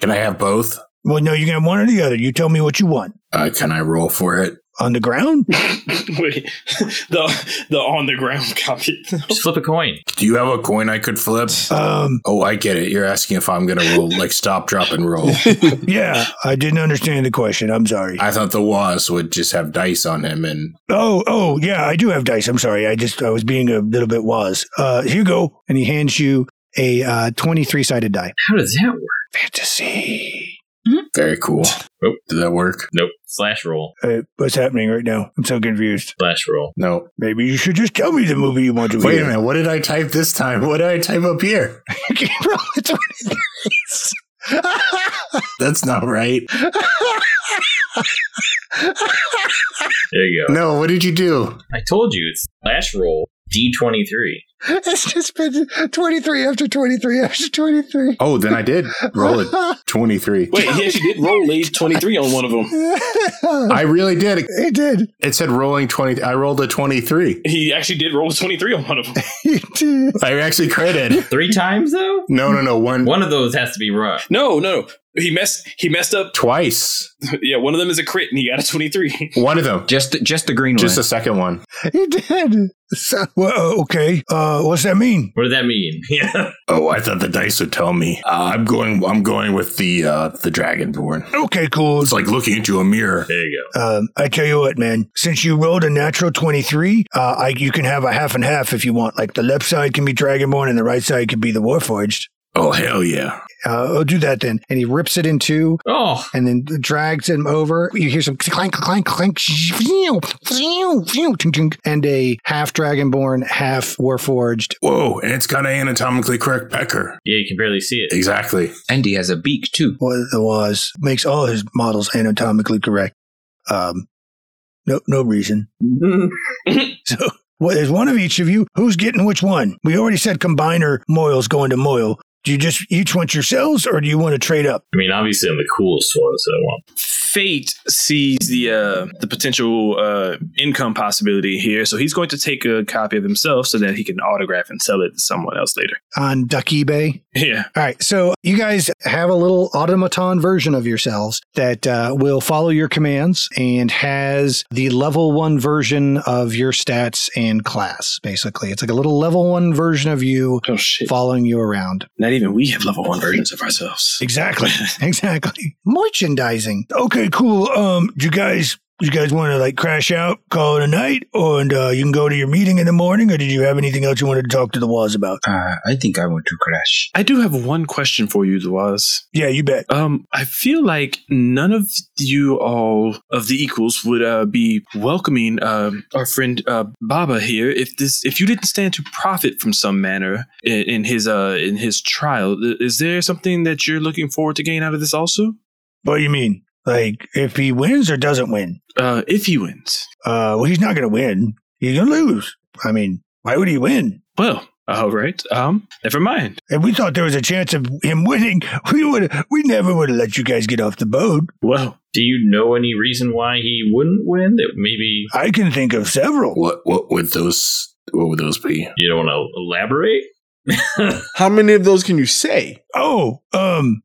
S5: Can I have both?
S3: Well, no, you can have one or the other. You tell me what you want.
S5: Uh, can I roll for it?
S3: On the ground?
S1: Wait, the the on the ground copy.
S6: Just flip a coin.
S5: Do you have a coin I could flip?
S3: Um,
S5: Oh, I get it. You're asking if I'm gonna roll like stop, drop, and roll.
S3: yeah, I didn't understand the question. I'm sorry.
S5: I thought the Waz would just have dice on him, and
S3: Oh, oh, yeah, I do have dice. I'm sorry. I just I was being a little bit was. Uh, here you go.
S11: And he hands you a uh, 23-sided die.
S6: How does that work?
S3: Fantasy.
S5: very cool. Oh, did that work?
S6: Nope. Slash roll.
S3: Uh, what's happening right now? I'm so confused.
S6: Slash roll.
S5: No.
S3: Maybe you should just tell me the movie you want to.
S5: Wait a
S3: hear.
S5: minute. What did I type this time? What did I type up here?
S11: You can't roll a 23.
S5: That's not right.
S6: There you go.
S5: No. What did you do?
S6: I told you it's slash roll D23.
S11: It's just been 23 after 23 after 23.
S5: Oh, then I did roll it. Twenty three.
S1: Wait, he actually did roll a twenty three on one of them.
S5: I really did.
S11: He did.
S5: It said rolling twenty. I rolled a twenty three.
S1: He actually did roll a twenty three on one of them.
S11: He did.
S5: I actually credit.
S6: Three times though?
S5: No, no, no. One,
S6: One of those has to be rough.
S1: No, no, he messed. He messed up.
S5: twice.
S1: Yeah, one of them is a crit, and he got a twenty three.
S5: One of them.
S8: Just, just the green
S5: Just the
S8: one.
S5: second one.
S11: He did.
S3: So, well, uh, okay. Uh, what's that mean?
S6: What did that mean? Yeah.
S5: Oh, I thought the dice would tell me. Uh, I'm going. I'm going with the uh, the dragonborn.
S3: Okay, cool.
S5: It's like looking into a mirror.
S6: There you go.
S3: Um, I tell you what, man. Since you rolled a natural twenty-three, uh, I, you can have a half and half if you want. Like the left side can be Dragonborn, and the right side can be the Warforged.
S5: Oh hell yeah!
S3: Uh, I'll do that then.
S11: And he rips it in two
S6: Oh,
S11: and then drags him over. You hear some clank, clank, clank, phew, phew, phew, tink, tink, and a half dragonborn, half warforged.
S5: Whoa, and it's got an anatomically correct pecker.
S6: yeah, you can barely see it.
S5: Exactly.
S8: And he has a beak too.
S3: what it was makes all his models anatomically correct. Um, no, no reason. so well, there's one of each of you. Who's getting which one? We already said combiner Moyle's going to Moyle. Do you just each want yourselves, or do you want to trade up?
S6: I mean, obviously I'm the coolest one, so I want
S1: Fate sees the uh, the potential uh, income possibility here, so he's going to take a copy of himself so that he can autograph and sell it to someone else later.
S12: on Duck eBay.
S1: Yeah,
S12: All right, so you guys have a little automaton version of yourselves that uh, will follow your commands and has the level one version of your stats and class. Basically, it's like a little level one version of you
S1: Oh shit!
S12: following you around.
S1: Not even we have level one versions of ourselves.
S12: Exactly, exactly. Merchandising.
S3: Okay, cool. Um, do you guys do you guys want to like crash out, call it a night, or and uh, you can go to your meeting in the morning, or did you have anything else you wanted to talk to the walls about?
S8: Uh, I think I want to crash.
S1: I do have one question for you, Dwaz.
S3: Yeah, you bet.
S1: Um, I feel like none of you all of the equals would uh, be welcoming um our friend uh, Baba here if this if you didn't stand to profit from some manner in, in his uh in his trial. I- Is there something that you're looking forward to gain out of this also?
S3: What do you mean? Like if he wins or doesn't win?
S1: Uh, if he wins,
S3: Uh, well, he's not going to win. He's going to lose. I mean, why would he win?
S1: well, all right. Um, never mind.
S3: If we thought there was a chance of him winning, we would we never would have let you guys get off the boat.
S1: Well,
S6: Do you know any reason why he wouldn't win? That maybe
S3: I can think of several.
S5: What what would those what would those be?
S6: you don't want to elaborate?
S7: How many of those can you say?
S3: Oh, um,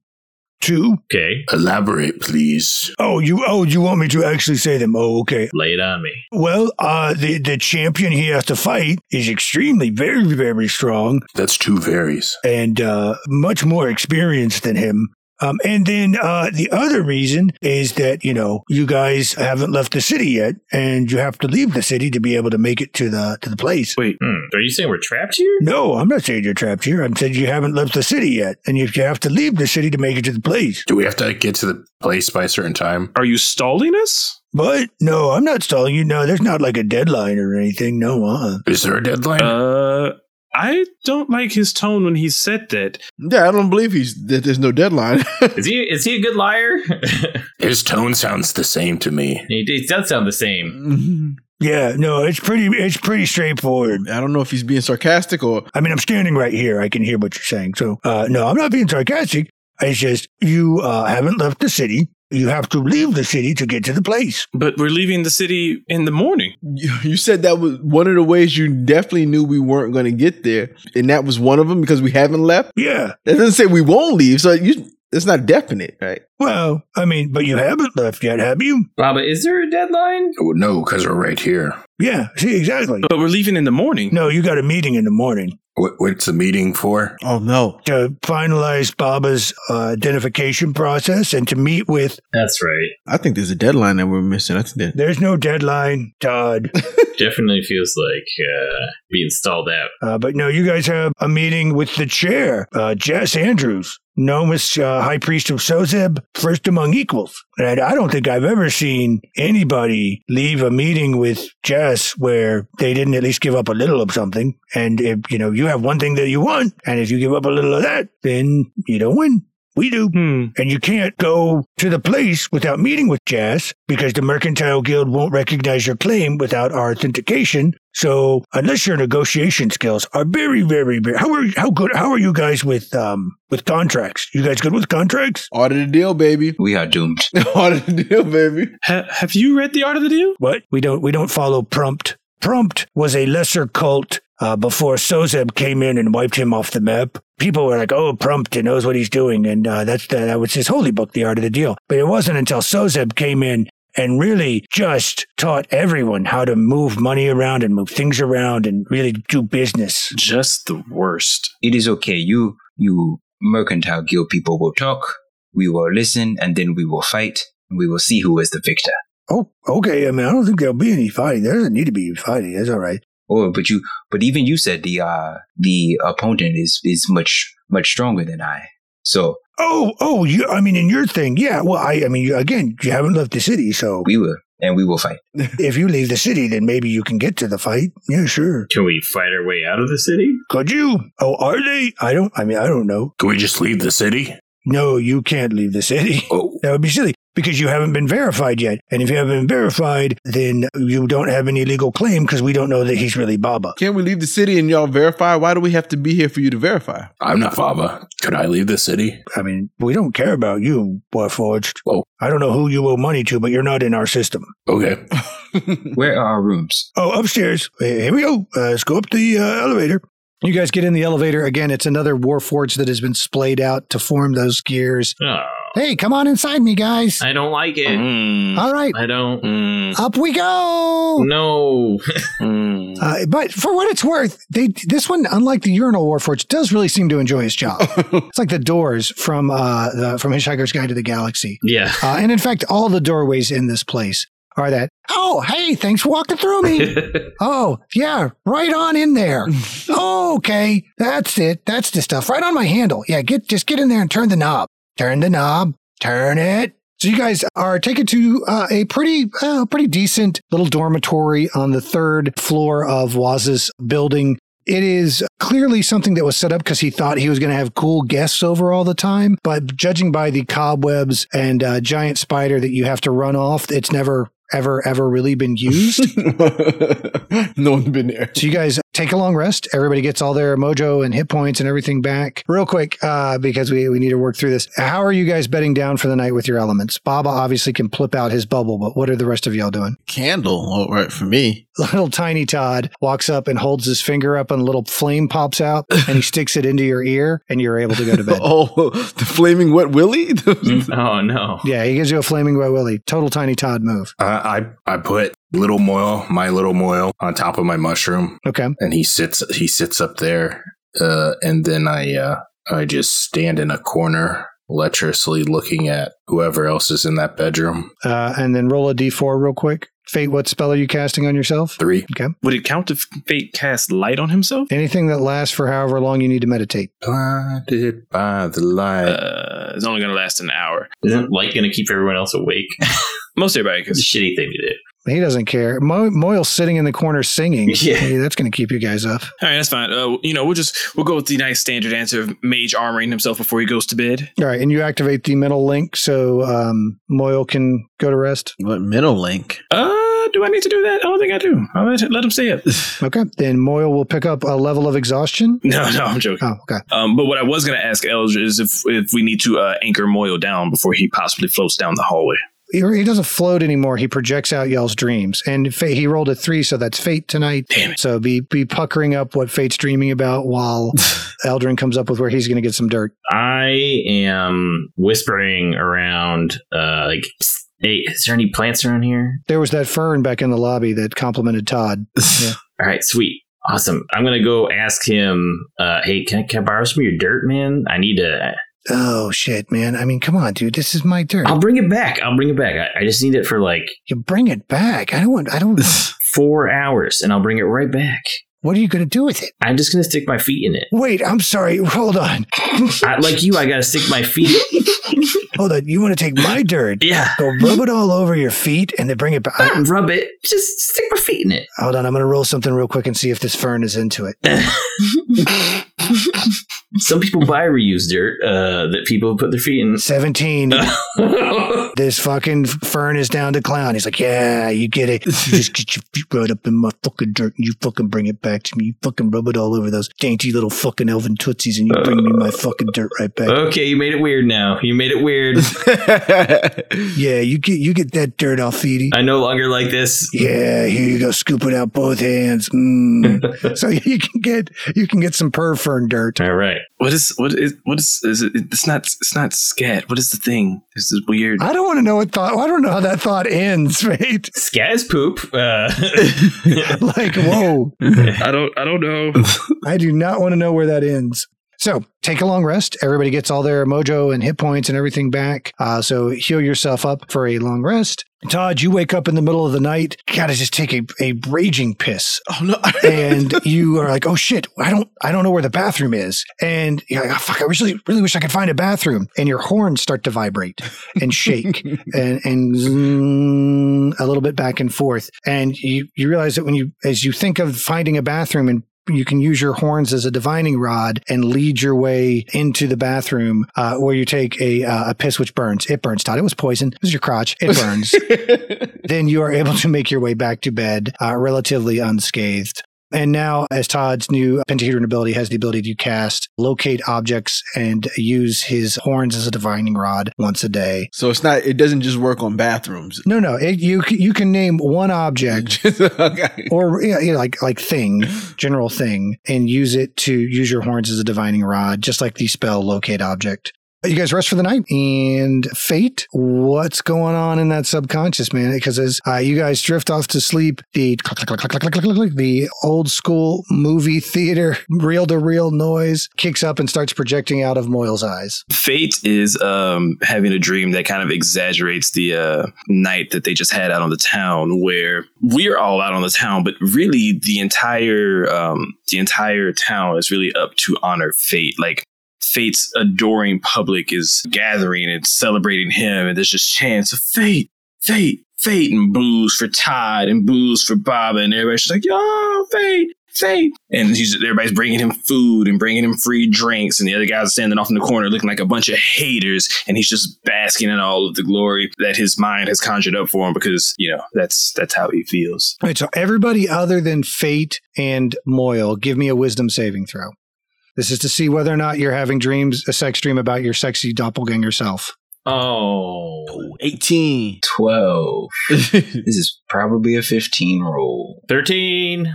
S3: two.
S6: Okay,
S5: Elaborate, please.
S3: Oh, you oh you want me to actually say them? Oh, okay.
S6: lay it on me.
S3: Well, uh, the the champion he has to fight is extremely very very strong
S5: That's two varies.
S3: and uh, much more experienced than him. Um, and then uh, the other reason is that you know you guys haven't left the city yet, and you have to leave the city to be able to make it to the to the place.
S1: wait.
S6: Hmm. Are you saying we're trapped here?
S3: No, I'm not saying you're trapped here. I'm saying you haven't left the city yet, and you you have to leave the city to make it to the place.
S5: Do we have to get to the place by a certain time?
S1: Are you stalling us?
S3: But no, I'm not stalling you. No, there's not like a deadline or anything. No, uh.
S5: Is there a deadline?
S1: Uh, I don't like his tone when he said that.
S7: Yeah, I don't believe he's that there's no deadline.
S6: Is he is he a good liar?
S5: His tone sounds the same to me.
S6: he, he does sound the same.
S7: I
S3: Yeah, no, it's pretty it's pretty straightforward.
S7: don't know if he's being sarcastic or
S3: I mean, I'm standing right here. I can hear what you're saying. So, uh, no, I'm not being sarcastic. It's just you uh, haven't left the city. You have to leave the city to get to the place.
S1: But we're leaving the city in the morning.
S7: you you said that was one of the ways you definitely knew we weren't going to get there, and that was one of them because we haven't left.
S3: Yeah.
S7: That doesn't say we won't leave, so you it's not definite, right?
S3: Well, I mean, but you haven't left yet, have you?
S6: Baba, is there a deadline?
S5: Oh, no, because we're right here.
S3: Yeah. See, exactly.
S1: But we're leaving in the morning.
S3: No, you got a meeting in the morning
S5: What, what's the meeting for?
S7: Oh no,
S3: to finalize Baba's uh, identification process and to meet with.
S6: That's right.
S7: I think there's a deadline that we're missing. I think that
S3: There's no deadline, Todd.
S6: Definitely feels like uh, being stalled out.
S3: Uh, but no, you guys have a meeting with the chair, uh, Jess Andrews, Nomus, uh, High Priest of Sozeb, first among equals. And I don't think I've ever seen anybody leave a meeting with Jess where they didn't at least give up a little of something. And if you know you have one thing that you want, and if you give up a little of that, then you don't win. We do.
S1: Hmm.
S3: And you can't go to the place without meeting with Jazz because the Mercantile Guild won't recognize your claim without our authentication. So unless your negotiation skills are very, very, very how are how good how are you guys with um with contracts? You guys good with contracts?
S7: order the deal, baby.
S8: We are doomed.
S7: order the deal, baby.
S1: Ha- have you read The Art of the Deal?
S3: What we don't we don't follow prompt. Prompt was a lesser cult uh, before Sozeb came in and wiped him off the map. People were like, "Oh, prompt and knows what he's doing," and uh, that's the, that was his holy book, The Art of the Deal. But it wasn't until Sozeb came in and really just taught everyone how to move money around and move things around and really do business.
S1: Just the worst.
S8: It is okay. You, you mercantile guild people will talk. We will listen, and then we will fight. And we will see who is the victor.
S3: Oh, okay. I mean, I don't think there'll be any fighting. There doesn't need to be fighting. That's all right.
S8: Oh, but you, but even you said the uh the opponent is is much much stronger than I. So
S3: Oh, oh, you. I mean, in your thing, yeah. Well, I, I mean, you, again, you haven't left the city, so
S8: we will, and we will fight.
S3: if you leave the city, then maybe you can get to the fight. Yeah, sure.
S6: Can we fight our way out of the city?
S3: Could you? Oh, are they? I don't. I mean, I don't know.
S5: Can we just leave the city?
S3: No, you can't leave the city.
S5: Oh,
S13: That would be silly because you haven't been verified yet. And if you haven't been verified, then you don't have any legal claim because we don't know that he's really Baba.
S7: Can't we leave the city and y'all verify? Why do we have to be here for you to verify?
S5: I'm not Baba. Could I leave the city?
S13: I mean, we don't care about you, Warforged.
S5: Well-
S13: I don't know who you owe money to, but you're not in our system.
S5: Okay.
S8: Where are our rooms?
S13: Oh, upstairs. Uh, Here we go. Uh, let's go up the uh, elevator.
S3: You guys get in the elevator. Again, it's another Warforged that has been splayed out to form those gears.
S6: Oh,
S3: Hey, come on inside me, guys.
S6: I don't like it.
S5: Mm,
S3: All right,
S6: I don't.
S5: mm,
S3: up we go.
S6: Mm. No.
S5: mm.
S3: Uh, but for what it's worth, they this one, unlike the urinal Warforged, does really seem to enjoy his job. it's like the doors from uh, the, from Hitchhiker's Guide to the Galaxy,
S6: yeah.
S3: uh, and in fact, all the doorways in this place are that. Oh, hey, thanks for walking through me. oh, yeah, right on in there. okay, that's it. That's the stuff right on my handle. Yeah, get just get in there and turn the knob. Turn the knob. Turn it. So you guys are taken to uh, a pretty, uh, pretty decent little dormitory on the third floor of Waz's building. It is clearly something that was set up because he thought he was going to have cool guests over all the time. But judging by the cobwebs and uh, giant spider that you have to run off, it's never, ever, ever really been used.
S7: no one's been there.
S3: So you guys take a long rest. Everybody gets all their mojo and hit points and everything back real quick uh, because we, we need to work through this. How are you guys betting down for the night with your elements? Baba obviously can flip out his bubble, but what are the rest of y'all doing?
S7: Candle, all right for me.
S3: Little tiny Todd walks up and holds his finger up and a little flame pops out and he sticks it into your ear and you're able to go to bed.
S7: Oh, the flaming wet willy.
S6: oh no.
S3: Yeah, he gives you a flaming wet willy. Total tiny Todd move.
S5: I, I I put little moil, my little moil, on top of my mushroom,
S3: Okay.
S5: and he sits he sits up there, uh, and then I uh, I just stand in a corner, lecherously looking at whoever else is in that bedroom.
S3: Uh, and then roll a d4 real quick. Fate, what spell are you casting on yourself?
S5: Three.
S1: Would it count if Fate cast light on himself?
S3: Anything that lasts for however long you need to meditate.
S5: Blinded by the light.
S1: Uh, it's only going to last an hour.
S6: Isn't light going to keep everyone else awake?
S1: Most everybody can.
S6: It's a shitty thing to do.
S3: He doesn't care. Mo- Moyle's sitting in the corner singing.
S6: Yeah.
S3: Hey, that's going to keep you guys up.
S1: All right, that's fine. Uh, you know, we'll just we'll go with the nice standard answer of mage armoring himself before he goes to bed.
S3: All right. And you activate the mental link so um, Moyle can go to rest.
S7: what middle link?
S1: Uh, do I need to do that? I don't think I do. I'll let, let him stay up.
S3: Okay. Then Moyle will pick up a level of exhaustion.
S1: No, no, I'm joking.
S3: Oh, okay.
S1: Um, but what I was going to ask Eldridge is if if we need to uh, anchor Moyle down before he possibly floats down the hallway.
S3: He, he doesn't float anymore. He projects out y'all's dreams. And fate, he rolled a three, so that's fate tonight.
S1: Damn it.
S3: So be be puckering up what fate's dreaming about while Eldrin comes up with where he's going to get some dirt.
S6: I am whispering around, uh, like, "Psst, hey, is there any plants around here?
S3: There was that fern back in the lobby that complimented Todd.
S6: All right, sweet. Awesome. I'm going to go ask him, uh, hey, can I, can I borrow some of your dirt, man? I need to.
S3: Oh shit, man! I mean, come on, dude. This is my dirt.
S6: I'll bring it back. I'll bring it back. I, I just need it for like
S3: You bring it back. I don't want. I don't.
S6: four hours and I'll bring it right back.
S3: what are you going to do with it?
S6: I'm just going to stick my feet in it.
S3: Wait, I'm sorry. Hold on.
S6: I, like you, I got to stick my feet.
S3: Hold on. You want to take my dirt?
S6: Yeah.
S3: Go rub it all over your feet and then bring it back. I-
S6: Not rub it. Just stick my feet in it.
S3: hold on. I'm going to roll something real quick and see if this fern is into it.
S6: Some people buy reused dirt uh, that people put their feet in.
S3: 17. This fucking fern is down to clown. He's like, yeah, you get it. You just get your feet right up in my fucking dirt and you fucking bring it back to me. You fucking rub it all over those dainty little fucking elven tootsies and you bring me my fucking dirt right back.
S6: okay, you made it weird now. You made it weird.
S7: Oh,
S3: Yeah, you get you get that dirt, Alfidi.
S6: I no longer like this.
S3: Yeah, here you go, scooping out both hands. Mm. so you can get you can get some purr fern dirt.
S6: All right.
S1: What is what is what is, is it, it's not it's not scat. What is the thing? This is weird.
S3: I don't want to know what thought. I don't know how that thought ends, right?
S6: Scaz poop. Uh,
S3: like, whoa!
S1: I don't I don't know.
S3: I do not want to know where that ends. So take a long rest. Everybody gets all their mojo and hit points and everything back. Uh, so heal yourself up for a long rest. Todd, you wake up in the middle of the night. Gotta just take a, a raging piss.
S7: Oh no!
S3: and you are like, oh shit, I don't, I don't know where the bathroom is. And you're like, oh fuck, I really, really wish I could find a bathroom. And your horns start to vibrate and shake and and zing, a little bit back and forth. And you you realize that when you as you think of finding a bathroom and you can use your horns as a divining rod and lead your way into the bathroom uh, where you take a, uh, a piss which burns. It burns, Todd. It was poison. It was your crotch. It burns. then you are able to make your way back to bed uh, relatively unscathed. And now, as Todd's new pentahedron ability has the ability to cast, locate objects, and use his horns as a divining rod once a day.
S7: So it's not. It doesn't just work on bathrooms.
S3: No, no, it, you c- you can name one object
S7: okay.
S3: or you know, you know, like like thing, general thing, and use it to use your horns as a divining rod, just like the spell locate object. You guys rest for the night and fate. What's going on in that subconscious, man? Because as uh, you guys drift off to sleep, the click, click, click, click, click, click, click, click, the old school movie theater reel to reel noise kicks up and starts projecting out of Moyle's eyes.
S1: Fate is um, having a dream that kind of exaggerates the uh, night that they just had out on the town, where we're all out on the town, but really the entire um, the entire town is really up to honor Fate. Like Fate's adoring public is gathering and celebrating him, and there's just chants of Fate, Fate, Fate, and booze for Todd and booze for Bob, and everybody's just like, "Yo, Fate." Fate, and he's, everybody's bringing him food and bringing him free drinks, and the other guy's standing off in the corner looking like a bunch of haters, and he's just basking in all of the glory that his mind has conjured up for him because you know that's that's how he feels.
S3: All right, so everybody other than Fate and Moyle, give me a wisdom saving throw. This is to see whether or not you're having dreams, a sex dream about your sexy doppelganger self.
S6: Oh,
S7: Eighteen.
S8: 12. this is probably a 15 roll.
S6: 13.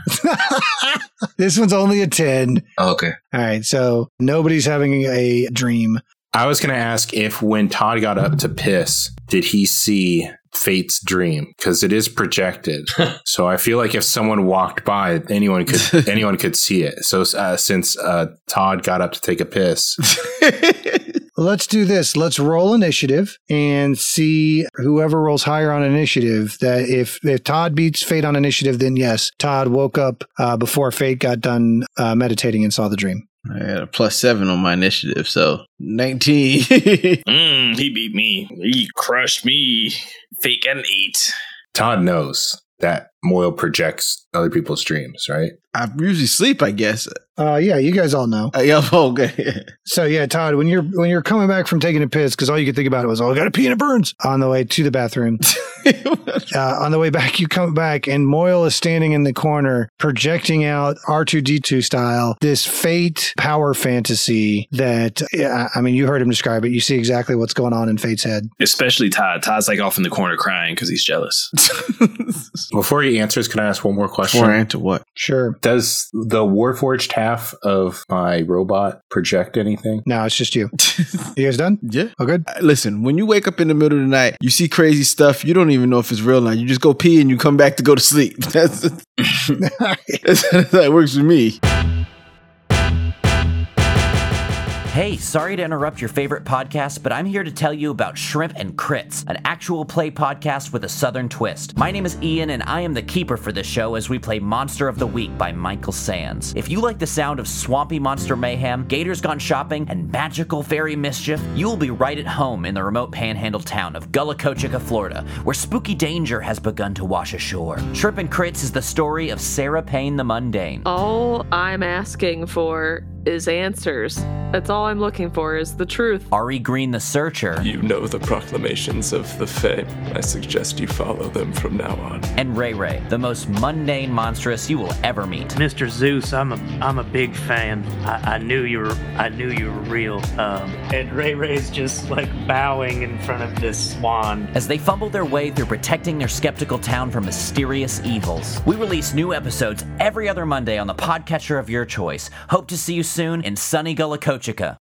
S3: this one's only a 10.
S8: Okay.
S3: All right, so nobody's having a dream.
S5: I was going to ask if when Todd got up to piss, did he see Fate's dream? Because it is projected. so I feel like if someone walked by, anyone could anyone could see it. So uh, since uh, Todd got up to take a piss,
S3: Let's do this. Let's roll initiative and see whoever rolls higher on initiative. That if, if Todd beats Fate on initiative, then yes, Todd woke up uh, before Fate got done uh, meditating and saw the dream.
S4: I had a plus seven on my initiative, so nineteen.
S1: Mm, he beat me. He crushed me. Fate got an eight.
S5: Todd knows that Moyle projects other people's dreams, right?
S7: I usually sleep. I guess.
S3: Uh, yeah, you guys all know.
S7: Uh, yeah. Okay.
S3: So yeah, Todd, when you're when you're coming back from taking a piss, because all you could think about was, "Oh, I got to pee and it burns." On the way to the bathroom, uh, on the way back, you come back, and Moyle is standing in the corner, projecting out R2D2 style this fate power fantasy that yeah, I mean, you heard him describe it. You see exactly what's going on in Fate's head.
S1: Especially Todd. Todd's like off in the corner crying because he's jealous.
S5: Before he answers, can I ask one more question?
S4: Before I enter what?
S3: Sure.
S5: Does the Warforged half of my robot project anything?
S3: Now it's just you. You guys done?
S7: yeah.
S3: All good.
S7: Uh, Listen, when you wake up in the middle of the night, you see crazy stuff. You don't even know if it's real or not. You just go pee and you come back to go to sleep. That's, that's how it works with me.
S14: Hey, sorry to interrupt your favorite podcast, but I'm here to tell you about Shrimp and Crits, an actual play podcast with a southern twist. My name is Ian, and I am the keeper for this show as we play Monster of the Week by Michael Sands. If you like the sound of swampy monster mayhem, gators gone shopping, and magical fairy mischief, you'll be right at home in the remote panhandle town of Gullicochicka, Florida, where spooky danger has begun to wash ashore. Shrimp and Crits is the story of Sarah Payne the Mundane.
S15: All I'm asking for is answers. That's all I'm looking for is the truth.
S14: Ari Green the Searcher,
S16: You know the proclamations of the Fae. I suggest you follow them from now on.
S14: and Ray Ray, the most mundane monstrous you will ever meet.
S17: Mr. Zeus, I'm a I'm a big fan. I, I knew you were I knew you were real. Um, and Ray Ray's just like bowing in front of this swan.
S14: As they fumble their way through protecting their skeptical town from mysterious evils, we release new episodes every other Monday on the podcatcher of your choice. Hope to see you soon in sunny Gullah Kochika.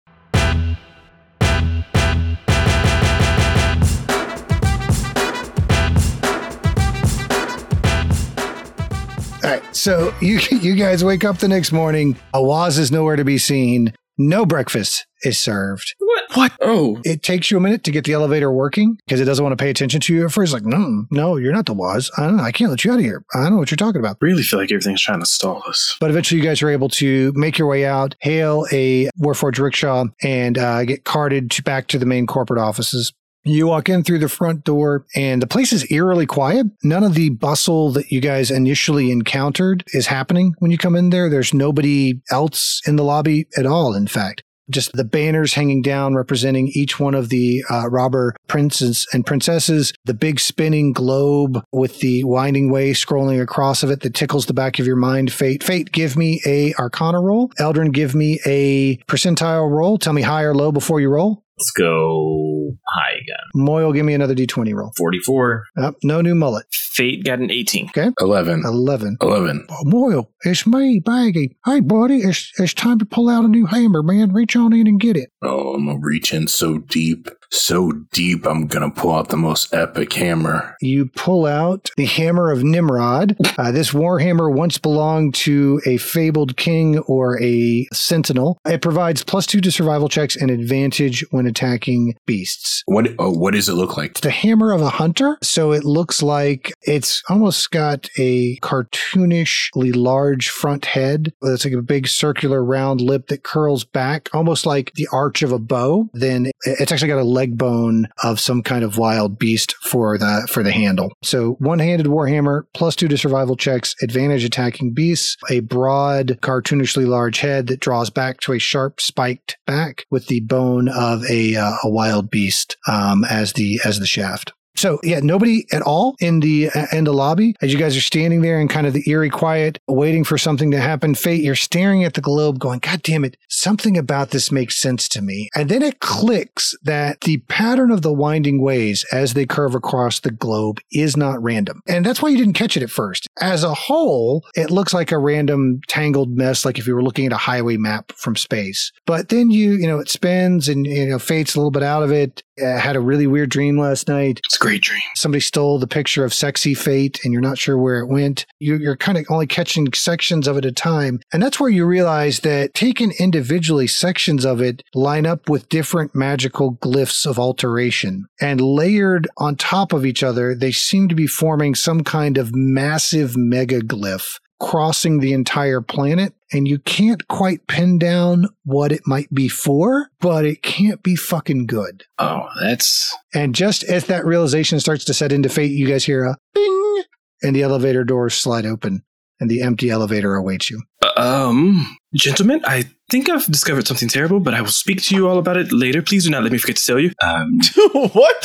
S3: All right, so you you guys wake up the next morning. Awaz is nowhere to be seen. No breakfast is served.
S1: What? Oh,
S3: It takes you a minute to get the elevator working because it doesn't want to pay attention to you at first. Like, no, no, you're not the Waz. I don't know. I can't let you out of here. I don't know what you're talking about.
S1: really feel like everything's trying to stall us.
S3: But eventually, you guys are able to make your way out, hail a Warforged rickshaw, and uh, get carted to back to the main corporate offices. You walk in through the front door, and the place is eerily quiet. None of the bustle that you guys initially encountered is happening when you come in there. There's nobody else in the lobby at all, in fact. Just the banners hanging down representing each one of the uh, robber princes and princesses, the big spinning globe with the winding way scrolling across of it that tickles the back of your mind. Fate, Fate, give me a Arcana roll. Eldrin, give me a percentile roll. Tell me high or low before you roll.
S6: Let's go high again.
S3: Moyle, give me another d20 roll.
S6: 44.
S3: Up, no new mullet.
S1: Fate got an 18.
S3: Okay.
S5: 11.
S3: 11.
S5: 11.
S3: Oh, Moyle, it's me, Baggy. Hey, buddy, it's, it's time to pull out a new hammer, man. Reach on in and get it.
S5: Oh, I'm gonna reach in so deep, so deep. I'm gonna pull out the most epic hammer.
S3: You pull out the hammer of Nimrod. Uh, this warhammer once belonged to a fabled king or a sentinel. It provides plus two to survival checks and advantage when attacking beasts.
S5: What? Oh, what does it look like?
S3: It's the hammer of a hunter, so it looks like it's almost got a cartoonishly large front head. It's like a big circular round lip that curls back, almost like the arch of a bow. Then it- it's actually got a leg bone of some kind of wild beast for the for the handle. So one-handed warhammer, plus two to survival checks, advantage attacking beasts, a broad, cartoonishly large head that draws back to a sharp spiked back with the bone of a uh, a wild beast um, as the as the shaft. So yeah, nobody at all in the uh, in the lobby as you guys are standing there in kind of the eerie quiet, waiting for something to happen. Fate, you're staring at the globe, going, "God damn it! Something about this makes sense to me." And then it clicks that the pattern of the winding ways as they curve across the globe is not random, and that's why you didn't catch it at first. As a whole, it looks like a random tangled mess, like if you were looking at a highway map from space. But then you you know it spins and you know Fate's a little bit out of it. Uh, had a really weird dream last night.
S1: It's a great dream.
S3: Somebody stole the picture of sexy fate and you're not sure where it went. You- You're kind of only catching sections of it at a time. And that's where you realize that taken individually, sections of it line up with different magical glyphs of alteration. And layered on top of each other, they seem to be forming some kind of massive megaglyph crossing the entire planet and you can't quite pin down what it might be for, but it can't be fucking good.
S1: Oh, that's
S3: And just as that realization starts to set into fate, you guys hear a bing and the elevator doors slide open and the empty elevator awaits you.
S1: Um, gentlemen, I think I've discovered something terrible, but I will speak to you all about it later. Please do not let me forget to tell you.
S8: Um,
S1: what?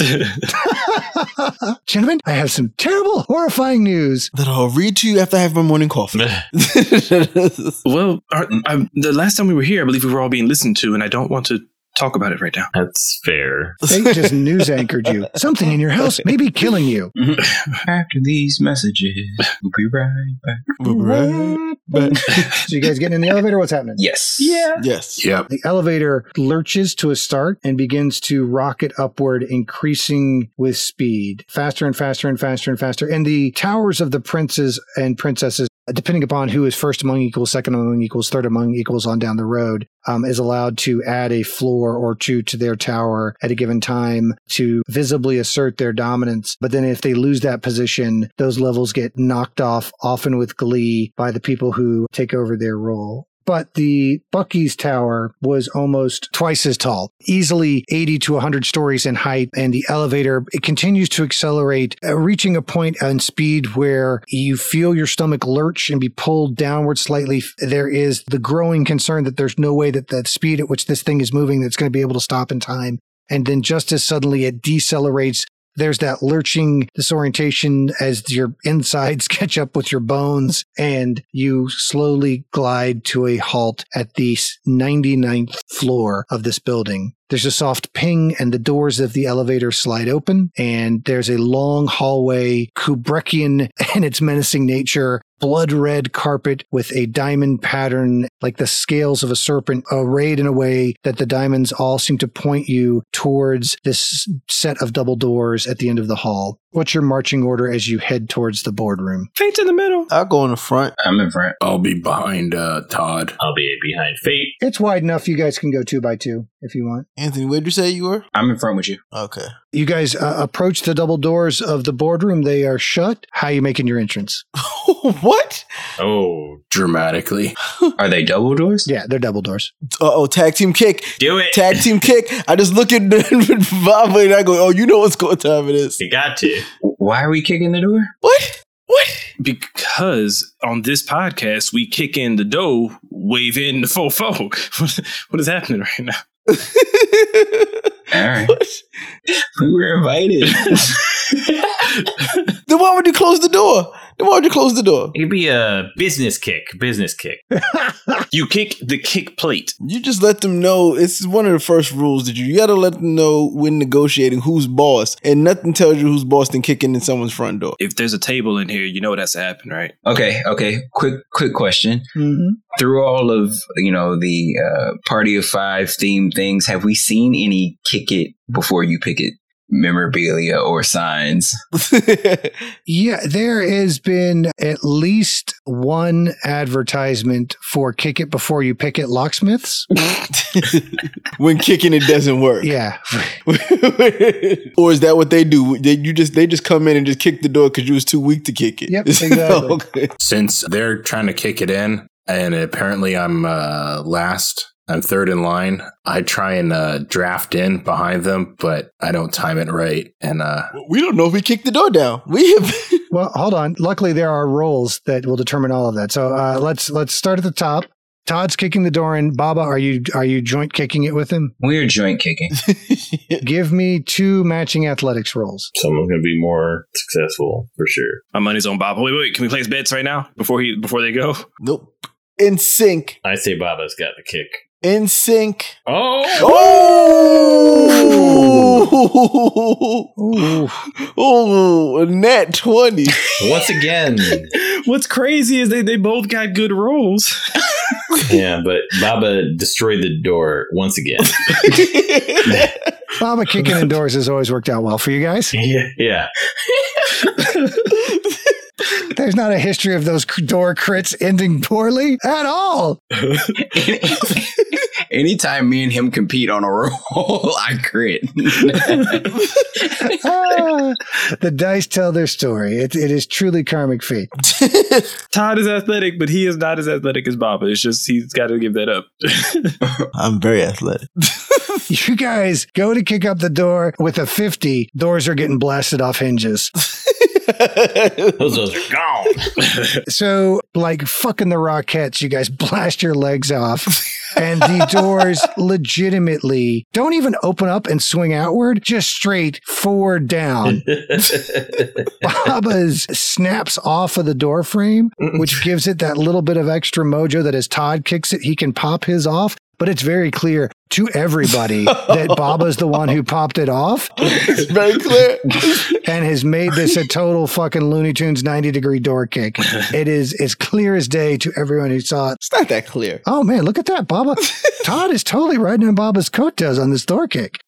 S3: Gentlemen, I have some terrible, horrifying news.
S7: That I'll read to you after I have my morning coffee.
S1: well, our, I, the last time we were here, I believe we were all being listened to, and I don't want to talk about it right now.
S6: That's fair.
S3: Fate just news anchored you. Something in your house may be killing you.
S8: After these messages, we'll be right back.
S3: So you guys getting in the elevator? What's happening?
S8: Yes.
S3: Yeah.
S7: Yes.
S5: Yep.
S3: The elevator lurches to a start and begins to rocket upward, increasing with speed, faster and faster and faster and faster. And the towers of the princes and princesses, depending upon who is first among equals, second among equals, third among equals on down the road, um, is allowed to add a floor or two to their tower at a given time to visibly assert their dominance. But then if they lose that position, those levels get knocked off, often with glee, by the people who take over their role but the Bucky's Tower was almost twice as tall, easily 80 to 100 stories in height. And the elevator, it continues to accelerate, uh, reaching a point and speed where you feel your stomach lurch and be pulled downward slightly. There is the growing concern that there's no way that the speed at which this thing is moving that's going to be able to stop in time. And then just as suddenly it decelerates there's that lurching disorientation as your insides catch up with your bones and you slowly glide to a halt at the s- 99th floor of this building. There's a soft ping and the doors of the elevator slide open and there's a long hallway, Kubrickian in its menacing nature, blood red carpet with a diamond pattern like the scales of a serpent arrayed in a way that the diamonds all seem to point you towards this set of double doors at the end of the hall. What's your marching order as you head towards the boardroom?
S1: Fate's in the middle.
S7: I'll go in the front.
S8: I'm in front.
S5: I'll be behind uh, Todd.
S6: I'll be behind Fate.
S3: It's wide enough you guys can go two by two if you want.
S7: Anthony, where'd you say you were?
S8: I'm in front with you.
S7: Okay.
S3: You guys uh, approach the double doors of the boardroom. They are shut. How are you making your entrance?
S4: what?
S5: Oh, dramatically.
S8: Are they double doors?
S3: Yeah, they're double doors.
S4: oh, tag team kick.
S6: Do it.
S4: Tag team kick. I just look at Baba and I go, oh, you know what's going time it is.
S6: You got to.
S8: Why are we kicking the door?
S4: What?
S1: Because on this podcast, we kick in the dough, wave in the faux faux. What- what is happening right now?
S8: All right. we were invited.
S4: Then why would you close the door? Then why would you close the door?
S6: It'd be a business kick. Business kick.
S1: you kick the kick plate.
S4: You just let them know. It's one of the first rules that you, you got to let them know when negotiating who's boss, and nothing tells you who's boss than kicking in someone's front door.
S1: If there's a table in here, you know what has to happen, right?
S8: Okay, okay. Quick, quick question. Through all of you know the uh, party of five theme things, have we seen any kick it before you pick it memorabilia or signs?
S3: Yeah, there has been at least one advertisement for Kick It Before You Pick It Locksmiths.
S4: when kicking it doesn't work.
S3: Yeah.
S4: or is that what they do? They, you just they just come in and just kick the door because you was too weak to kick it.
S3: Yep,
S4: okay.
S5: Since they're trying to kick it in, and apparently I'm uh, last, I'm third in line. I try and uh, draft in behind them, but I don't time it right, and uh,
S4: We don't know if we kicked the door down. We have
S3: well, hold on. Luckily, there are roles that will determine all of that. So uh, let's let's start at the top. Todd's kicking the door in. Baba, are you are you joint kicking it with him?
S8: We are joint kicking.
S3: Give me two matching athletics rolls.
S6: Someone's gonna be more successful for sure.
S1: My money's on Bob. Wait, wait, can we place bets right now before he before they go?
S4: Nope. in sync.
S6: I say Baba's got the kick.
S4: In sync.
S6: Oh,
S4: Oh. Oh, a nat 20.
S8: Once again,
S1: What's crazy is they, they both got good rolls.
S6: yeah, but Baba destroyed the door once again.
S3: Baba kicking indoors has always worked out well for you guys.
S6: yeah, yeah.
S3: There's not a history of those c- door crits ending poorly at all.
S8: Anytime me and him compete on a roll, I crit.
S3: Ah, the dice tell their story. It, it is truly karmic fate.
S1: Todd is athletic, but he is not as athletic as Baba. It's just he's got to give that up.
S4: I'm very athletic.
S3: You guys go to kick up the door with a 50. Doors are getting blasted off hinges.
S6: Those those are gone.
S3: So, like fucking the Rockettes, you guys blast your legs off, and the doors legitimately don't even open up and swing outward, just straight forward down. Baba's snaps off of the door frame, which gives it that little bit of extra mojo that as Todd kicks it, he can pop his off. But it's very clear to everybody that Baba's the one who popped it off
S4: It's very clear.
S3: and has made this a total fucking Looney Tunes 90 degree door kick. It is as clear as day to everyone who saw it.
S4: It's not that clear.
S3: Oh man, look at that, Baba. Todd is totally riding on Baba's coattails on this door kick.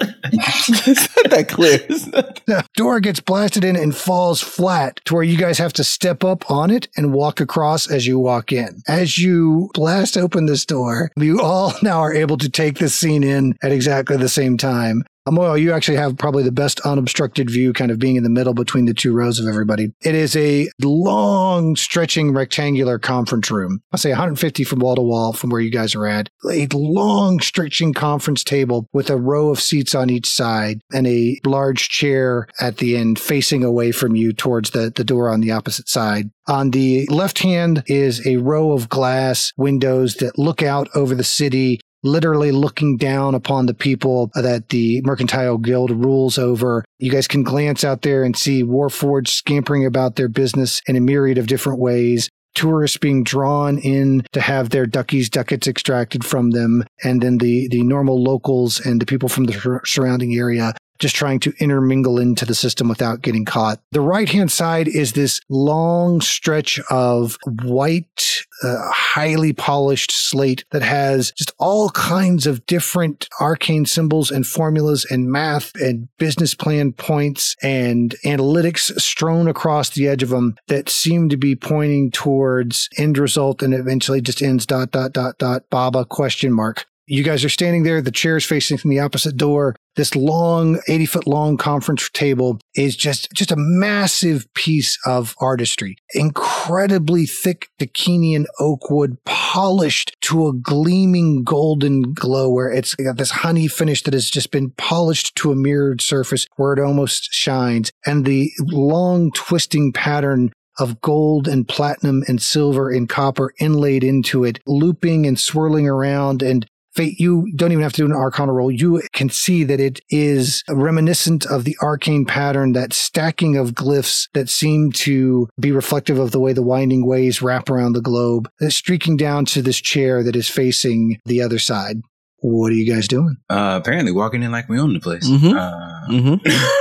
S4: It's not that clear. It's not-
S3: The door gets blasted in and falls flat to where you guys have to step up on it and walk across as you walk in. As you blast open this door, you all now are able to take this scene in at exactly the same time. Amoyo, you actually have probably the best unobstructed view, kind of being in the middle between the two rows of everybody. It is a long, stretching rectangular conference room. I say 150 from wall to wall from where you guys are at. A long, stretching conference table with a row of seats on each side and a large chair at the end facing away from you towards the, the door on the opposite side. On the left hand is a row of glass windows that look out over the city literally looking down upon the people that the mercantile guild rules over. You guys can glance out there and see Warforged scampering about their business in a myriad of different ways. Tourists being drawn in to have their duckies, ducats extracted from them, and then the the normal locals and the people from the sur- surrounding area just trying to intermingle into the system without getting caught. The right hand side is this long stretch of white, uh, highly polished slate that has just all kinds of different arcane symbols and formulas and math and business plan points and analytics strewn across the edge of them that seem to be pointing towards end result and eventually just ends dot dot dot dot baba question mark You guys are standing there. The chair is facing from the opposite door. This long, 80 foot long conference table is just, just a massive piece of artistry. Incredibly thick Dakinian oak wood, polished to a gleaming golden glow where it's got this honey finish that has just been polished to a mirrored surface where it almost shines. And the long twisting pattern of gold and platinum and silver and copper inlaid into it, looping and swirling around. And Fate, you don't even have to do an arcana roll. You can see that it is reminiscent of the arcane pattern, that stacking of glyphs that seem to be reflective of the way the winding ways wrap around the globe, that's streaking down to this chair that is facing the other side. What are you guys doing?
S8: Uh, apparently, walking in like we own the place. Uh,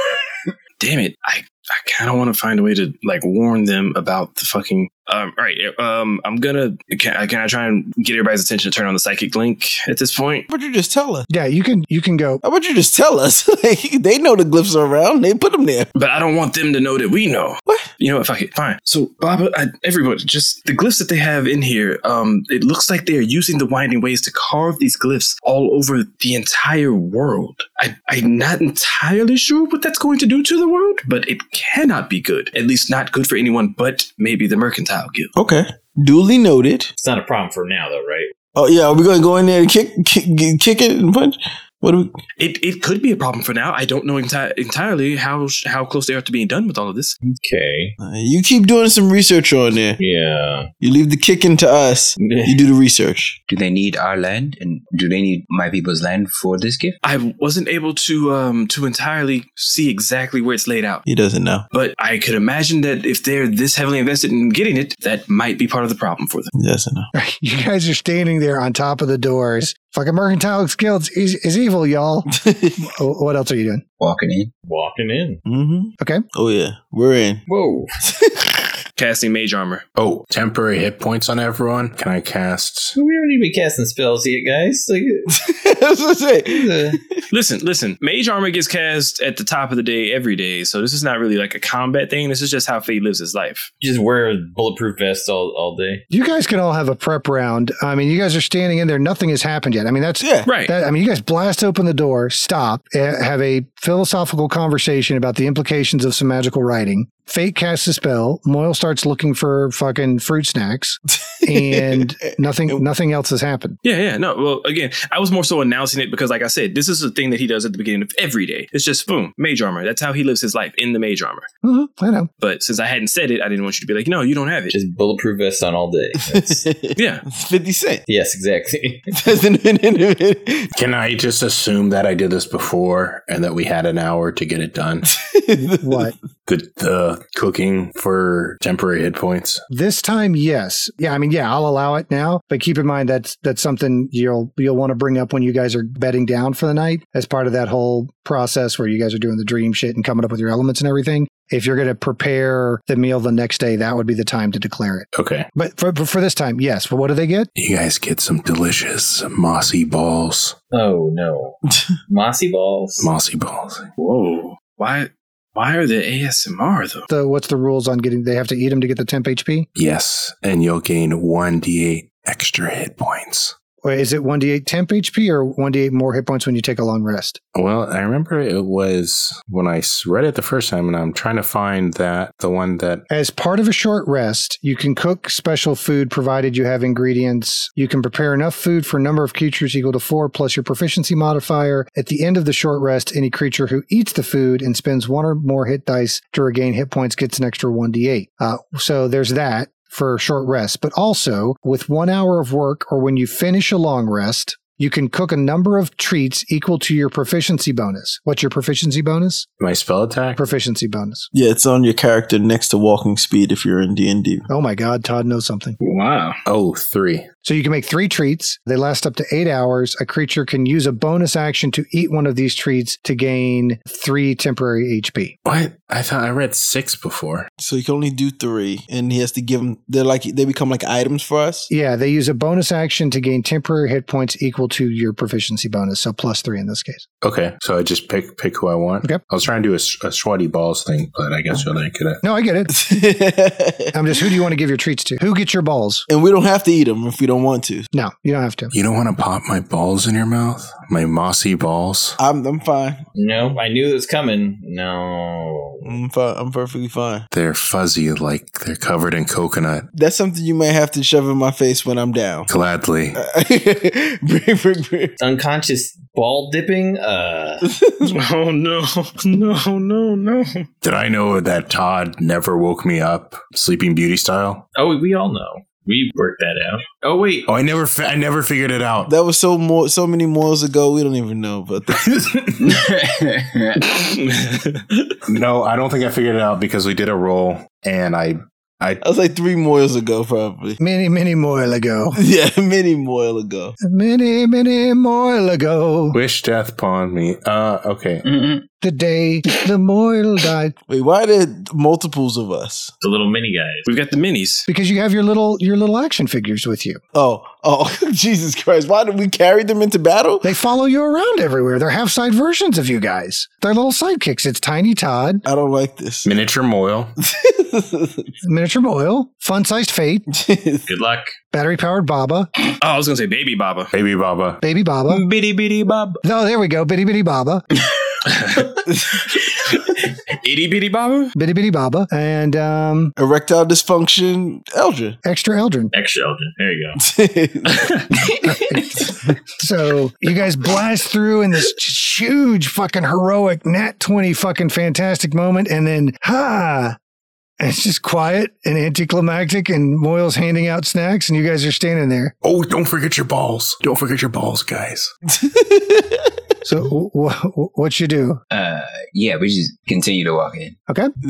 S1: Damn it! I I kind of want to find a way to like warn them about the fucking. Um, all right, um, I'm gonna. Can, I- can I try and get everybody's attention to turn on the psychic link at this point?
S7: But you just tell us.
S3: Yeah, you can you can go.
S7: How about you just tell us? Like, they know the glyphs are around. They put them there.
S1: But I don't want them to know that we know. What? You know, if I could, fine. So, Baba, I, everybody, just the glyphs that they have in here, um, it looks like they are using the winding ways to carve these glyphs all over the entire world. I, I'm not entirely sure what that's going to do to the world, but it cannot be good. At least not good for anyone but maybe the Mercantile Guild.
S7: Okay. Duly noted.
S6: It's not a problem for now, though, right?
S7: Oh yeah, are we gonna go in there and kick kick, kick it and punch? What do we?
S1: It, it could be a problem for now. I don't know enti- entirely how how close they are to being done with all of this.
S6: Okay.
S7: Uh, you keep doing some research on there.
S6: Yeah.
S7: You leave the kicking to us. you do the research.
S8: Do they need our land, and do they need my people's land for this gift?
S1: I wasn't able to um to entirely see exactly where it's laid out.
S7: He doesn't know.
S1: But I could imagine that if they're this heavily invested in getting it, that might be part of the problem for them.
S7: Yes, I know.
S3: You guys are standing there on top of the doors. Fucking Mercantile Guild is, is evil, y'all. Wh- what else are you doing?
S8: Walking in.
S6: Walking in.
S7: Mm-hmm.
S3: Okay.
S7: Oh yeah, we're in.
S8: Whoa.
S1: Casting mage armor.
S5: Oh, temporary hit points on everyone. Can I cast?
S6: We don't need to be casting spells yet, guys. Like,
S1: listen, listen. Mage armor gets cast at the top of the day every day, so this is not really like a combat thing. This is just how Fade lives his life.
S6: just wear bulletproof vests all, all day.
S3: You guys can all have a prep round. I mean, you guys are standing in there. Nothing has happened yet. I mean, that's
S7: Yeah.
S1: Right.
S3: That, I mean, you guys blast open the door, stop, eh, have a philosophical conversation about the implications of some magical writing. Fate casts a spell. Moyle starts looking for fucking fruit snacks, and nothing, nothing else has happened.
S1: Yeah, yeah. No, well, again, I was more so announcing it because, like I said, this is a thing that he does at the beginning of every day. It's just boom, mage armor. That's how he lives his life in the mage armor.
S3: Mhm, I know.
S1: But since I hadn't said it, I didn't want you to be like, no, you don't have it.
S6: Just bulletproof vests on all day. That's-
S1: yeah.
S7: Fifty cent.
S6: yes, exactly.
S5: Can I just assume that I did this before and that we had an hour to get it done?
S3: What?
S5: the the cooking for temporary hit points.
S3: This time, yes. Yeah, I mean, yeah, I'll allow it now. But keep in mind that's that's something you'll you'll want to bring up when you guys are bedding down for the night as part of that whole process where you guys are doing the dream shit and coming up with your elements and everything. If you're going to prepare the meal the next day, that would be the time to declare it.
S5: Okay.
S3: But for, for, for this time, yes. But what do they get?
S5: You guys get some delicious mossy balls.
S6: oh no, mossy balls.
S5: Mossy balls.
S1: Whoa. Why? Why are the ASMR though?
S3: The what's the rules on getting? They have to eat them to get the temp HP.
S5: Yes, and you'll gain 1d8 extra hit points.
S3: Or is it one d eight temp HP or one d eight more hit points when you take a long rest?
S5: Well, I remember it was when I s- read it the first time, and I'm trying to find that the one that
S3: As part of a short rest, you can cook special food provided you have ingredients. You can prepare enough food for a number of creatures equal to four plus your proficiency modifier. At the end of the short rest, any creature who eats the food and spends one or more hit dice to regain hit points gets an extra 1d8. Uh, so there's that for short rest. But also, with one hour of work or when you finish a long rest, you can cook a number of treats equal to your proficiency bonus. What's your proficiency bonus?
S5: my spell attack.
S3: Proficiency bonus.
S7: Yeah, it's on your character next to walking speed if you're in D and D.
S3: Oh my God, Todd knows something.
S1: Wow.
S5: Oh, three.
S3: So you can make three treats. They last up to eight hours. A creature can use a bonus action to eat one of these treats to gain three temporary HP.
S5: What? I thought I read six before.
S7: So you can only do three, and he has to give them. They're like they become like items for us.
S3: Yeah, they use a bonus action to gain temporary hit points equal to your proficiency bonus. So plus three in this case.
S5: Okay, so I just pick pick who I want.
S3: Okay.
S5: I was trying to do a, s- a sweaty balls thing, but I guess you'll like it.
S3: No, I get it.
S7: and
S3: I'm just, who do you want to give your treats to? Who gets your balls?
S7: we don't have to eat them if we don't want to.
S3: No, you don't have to.
S5: You don't want to pop my balls in your mouth? My mossy balls?
S7: I'm, I'm fine.
S6: No, I knew it was coming. No.
S7: I'm fine. I'm perfectly fine.
S5: They're fuzzy like they're covered in coconut.
S7: That's something you may have to shove in my face when I'm down.
S5: Gladly.
S6: Unconscious ball dipping? Uh.
S1: oh no, no, no, no.
S5: Did I know that Todd never woke me up, Sleeping Beauty style?
S6: Oh, we all know. We worked that out. Oh wait.
S5: Oh, I never, fi- I never figured it out.
S7: That was so more, so many morals ago. We don't even know about that.
S5: no, I don't think I figured it out because we did a roll and I, I,
S7: I was like three moils ago, probably.
S3: Many, many more ago.
S7: Yeah, many moil ago.
S3: Many, many more ago.
S5: wish death upon me. Uh, okay.
S3: The day the Moyle died.
S7: Wait, why did multiples of us?
S6: The little mini guys.
S1: We've got the minis.
S3: Because you have your little your little action figures with you.
S7: Oh, oh, Jesus Christ! Why did we carry them into battle?
S3: They follow you around everywhere. They're half side versions of you guys. They're little sidekicks. It's Tiny Todd,
S7: I don't like this.
S5: Miniature Moyle.
S3: Miniature Moyle, Fun Sized Fate,
S6: Good luck.
S3: Battery Powered Baba,
S1: Oh, I was gonna say baby Baba.
S5: Baby Baba.
S3: Baby Baba.
S1: Bitty bitty bob.
S3: No, there we go. Bitty Bitty Baba,
S1: Itty bitty Baba.
S3: Bitty Bitty Baba, and um,
S7: Erectile dysfunction, Eldrin.
S3: Extra Eldrin.
S6: Extra Elgin. There you go.
S3: So you guys blast through in this huge fucking heroic nat 20 fucking fantastic moment and then ha and it's just quiet and anticlimactic and Moyle's handing out snacks and you guys are standing there.
S5: Oh, don't forget your balls. Don't forget your balls, guys.
S3: So w- w- what you do?
S8: Uh, yeah, we just continue to walk in.
S3: Okay.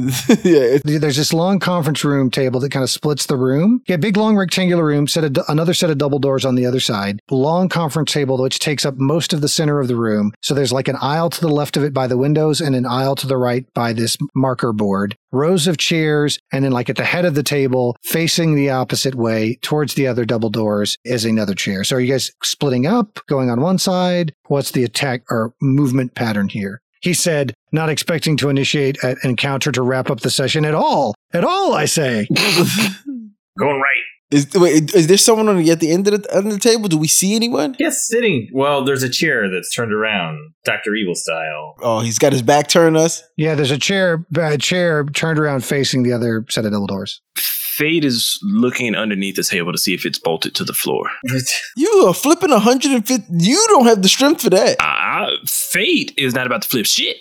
S7: yeah, it-
S3: There's this long conference room table that kind of splits the room. Yeah, big long rectangular room, set of, another set of double doors on the other side. Long conference table which takes up most of the center of the room. So there's like an aisle to the left of it by the windows and an aisle to the right by this marker board. Rows of chairs and then like at the head of the table facing the opposite way towards the other double doors is another chair. So are you guys splitting up, going on one side? What's the attack or movement pattern here? He said, not expecting to initiate an encounter to wrap up the session at all. At all, I say.
S6: Going right.
S7: is wait, is there someone on the, at the end of the, under the table? Do we see anyone?
S6: Yes, sitting. Well, there's a chair that's turned around, Doctor Evil style.
S7: Oh, he's got his back turned us.
S3: Yeah, there's a chair, a chair turned around facing the other set of double doors.
S1: Fade is looking underneath the table to see if it's bolted to the floor.
S7: You are flipping 150. You don't have the strength for that.
S1: Ah, Fade is not about to flip shit.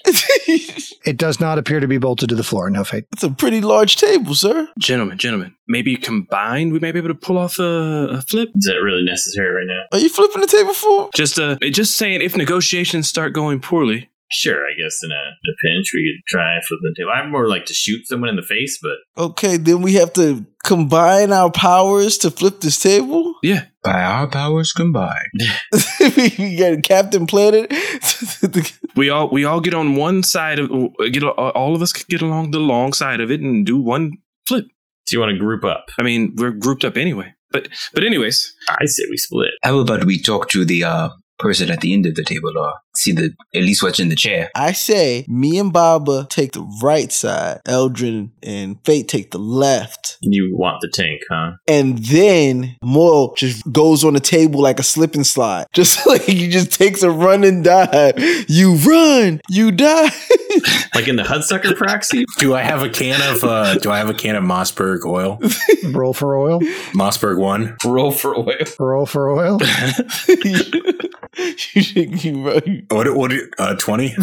S3: It does not appear to be bolted to the floor. No fate.
S7: That's a pretty large table, sir.
S1: Gentlemen, gentlemen, maybe combined we may be able to pull off a, a flip.
S6: Is that really necessary right now?
S7: Are you flipping the table for?
S1: Just uh, just saying, if negotiations start going poorly,
S6: Sure, I guess in a, in a pinch we could try flipping the table. I'd more like to shoot someone in the face, but
S7: Okay, then we have to combine our powers to flip this table.
S1: yeah,
S8: By our powers combined.
S7: we we got Captain Planet.
S1: we all we all get on one side of get all of us could get along the long side of it and do one flip.
S6: do you want to group up?
S1: I mean, we're grouped up anyway. But but anyways,
S6: I say we split.
S8: How about we talk to the uh, person at the end of the table or see the at least what's in the chair?
S7: I say me and Baba take the right side. Eldrin and Fate take the left.
S6: You want the tank, huh?
S7: And then Moyle just goes on the table like a slip and slide. Just like he just takes a run and dive. You run, you die.
S6: Like in the Hudsucker proxy?
S5: Do I have a can of uh do I have a can of Mossberg oil?
S3: Roll for oil.
S5: Mossberg one.
S6: Roll for oil.
S3: Roll for oil.
S7: you, you run.
S5: What what uh 20?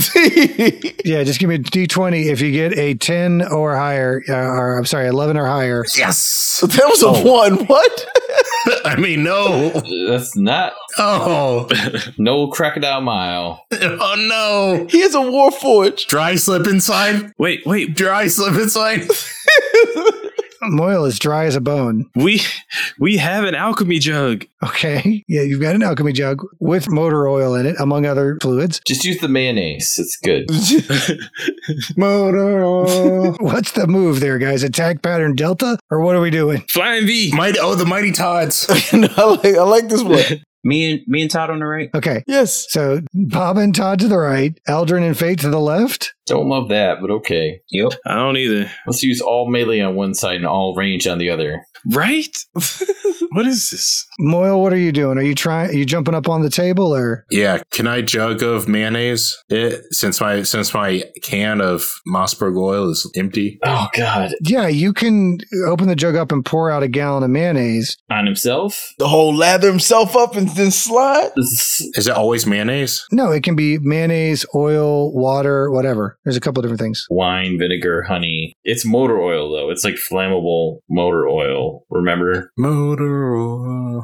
S3: Yeah, just give me a d20. If you get a 10 or higher, uh, or I'm sorry, 11 or higher,
S5: Yes.
S7: So that was a
S5: Oh.
S7: one. What?
S5: I mean no.
S6: That's not
S5: Oh.
S6: no crocodile mile.
S5: Oh no.
S7: He has a war forge.
S5: Dry slip inside.
S1: wait wait
S5: Dry slip inside.
S3: Moyle is dry as a bone.
S1: we we have an alchemy jug.
S3: Okay. Yeah, you've got an alchemy jug with motor oil in it, among other fluids.
S6: Just use the mayonnaise. It's good.
S3: Motor oil. What's the move there, guys? Attack pattern delta? Or what are we doing?
S1: Flying V.
S5: Might oh the mighty Todds.
S7: No, I like I like this one.
S8: Me and me and Todd on the right.
S3: Okay.
S7: Yes.
S3: So Bob and Todd to the right, Eldrin and Fate to the left.
S18: Don't love that, but okay.
S8: Yep.
S1: I don't either.
S18: Let's use all melee on one side and all range on the other.
S1: Right? what is this?
S3: Moyle, what are you doing? Are you trying? Are you jumping up on the table or?
S5: Yeah, can I jug of mayonnaise? It, since my since my can of Mossberg oil is empty.
S18: Oh God!
S3: Yeah, you can open the jug up and pour out a gallon of mayonnaise.
S18: On himself?
S7: The whole lather himself up and then slide?
S5: Is it always mayonnaise?
S3: No, it can be mayonnaise, oil, water, whatever. There's a couple different things.
S18: Wine, vinegar, honey. It's motor oil though. It's like flammable motor oil. Remember?
S5: Motor oil.